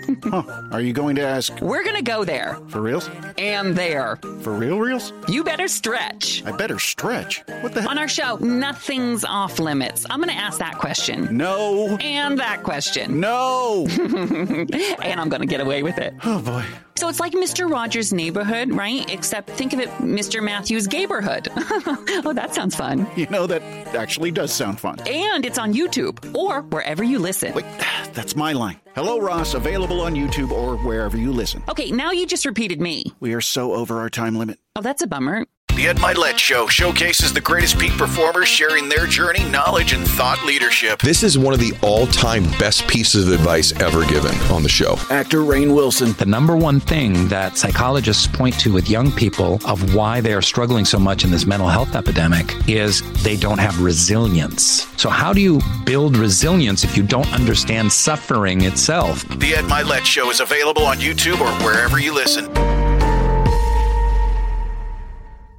<laughs>
Are you going to ask
We're going to go there.
for reals?
And there.
For real, reals?
You better stretch.
I better stretch. What the
On our show, nothing's off limits. I'm going to ask that question.
No.
And that question.
No.
<laughs> and I'm going to get away with it.
Oh, boy.
So it's like Mr. Rogers' neighborhood, right? Except think of it Mr. Matthews' neighborhood. <laughs> oh, that sounds fun.
You know, that actually does sound fun.
And it's on YouTube or wherever you listen.
<sighs> That's my line. Hello Ross, available on YouTube or wherever you listen.
Okay, now you just repeated me.
We are so over our time limit.
Oh, that's a bummer.
The Ed Milet Show showcases the greatest peak performers sharing their journey, knowledge, and thought leadership.
This is one of the all time best pieces of advice ever given on the show.
Actor Rain Wilson.
The number one thing that psychologists point to with young people of why they are struggling so much in this mental health epidemic is they don't have resilience. So, how do you build resilience if you don't understand suffering itself?
The Ed Milet Show is available on YouTube or wherever you listen.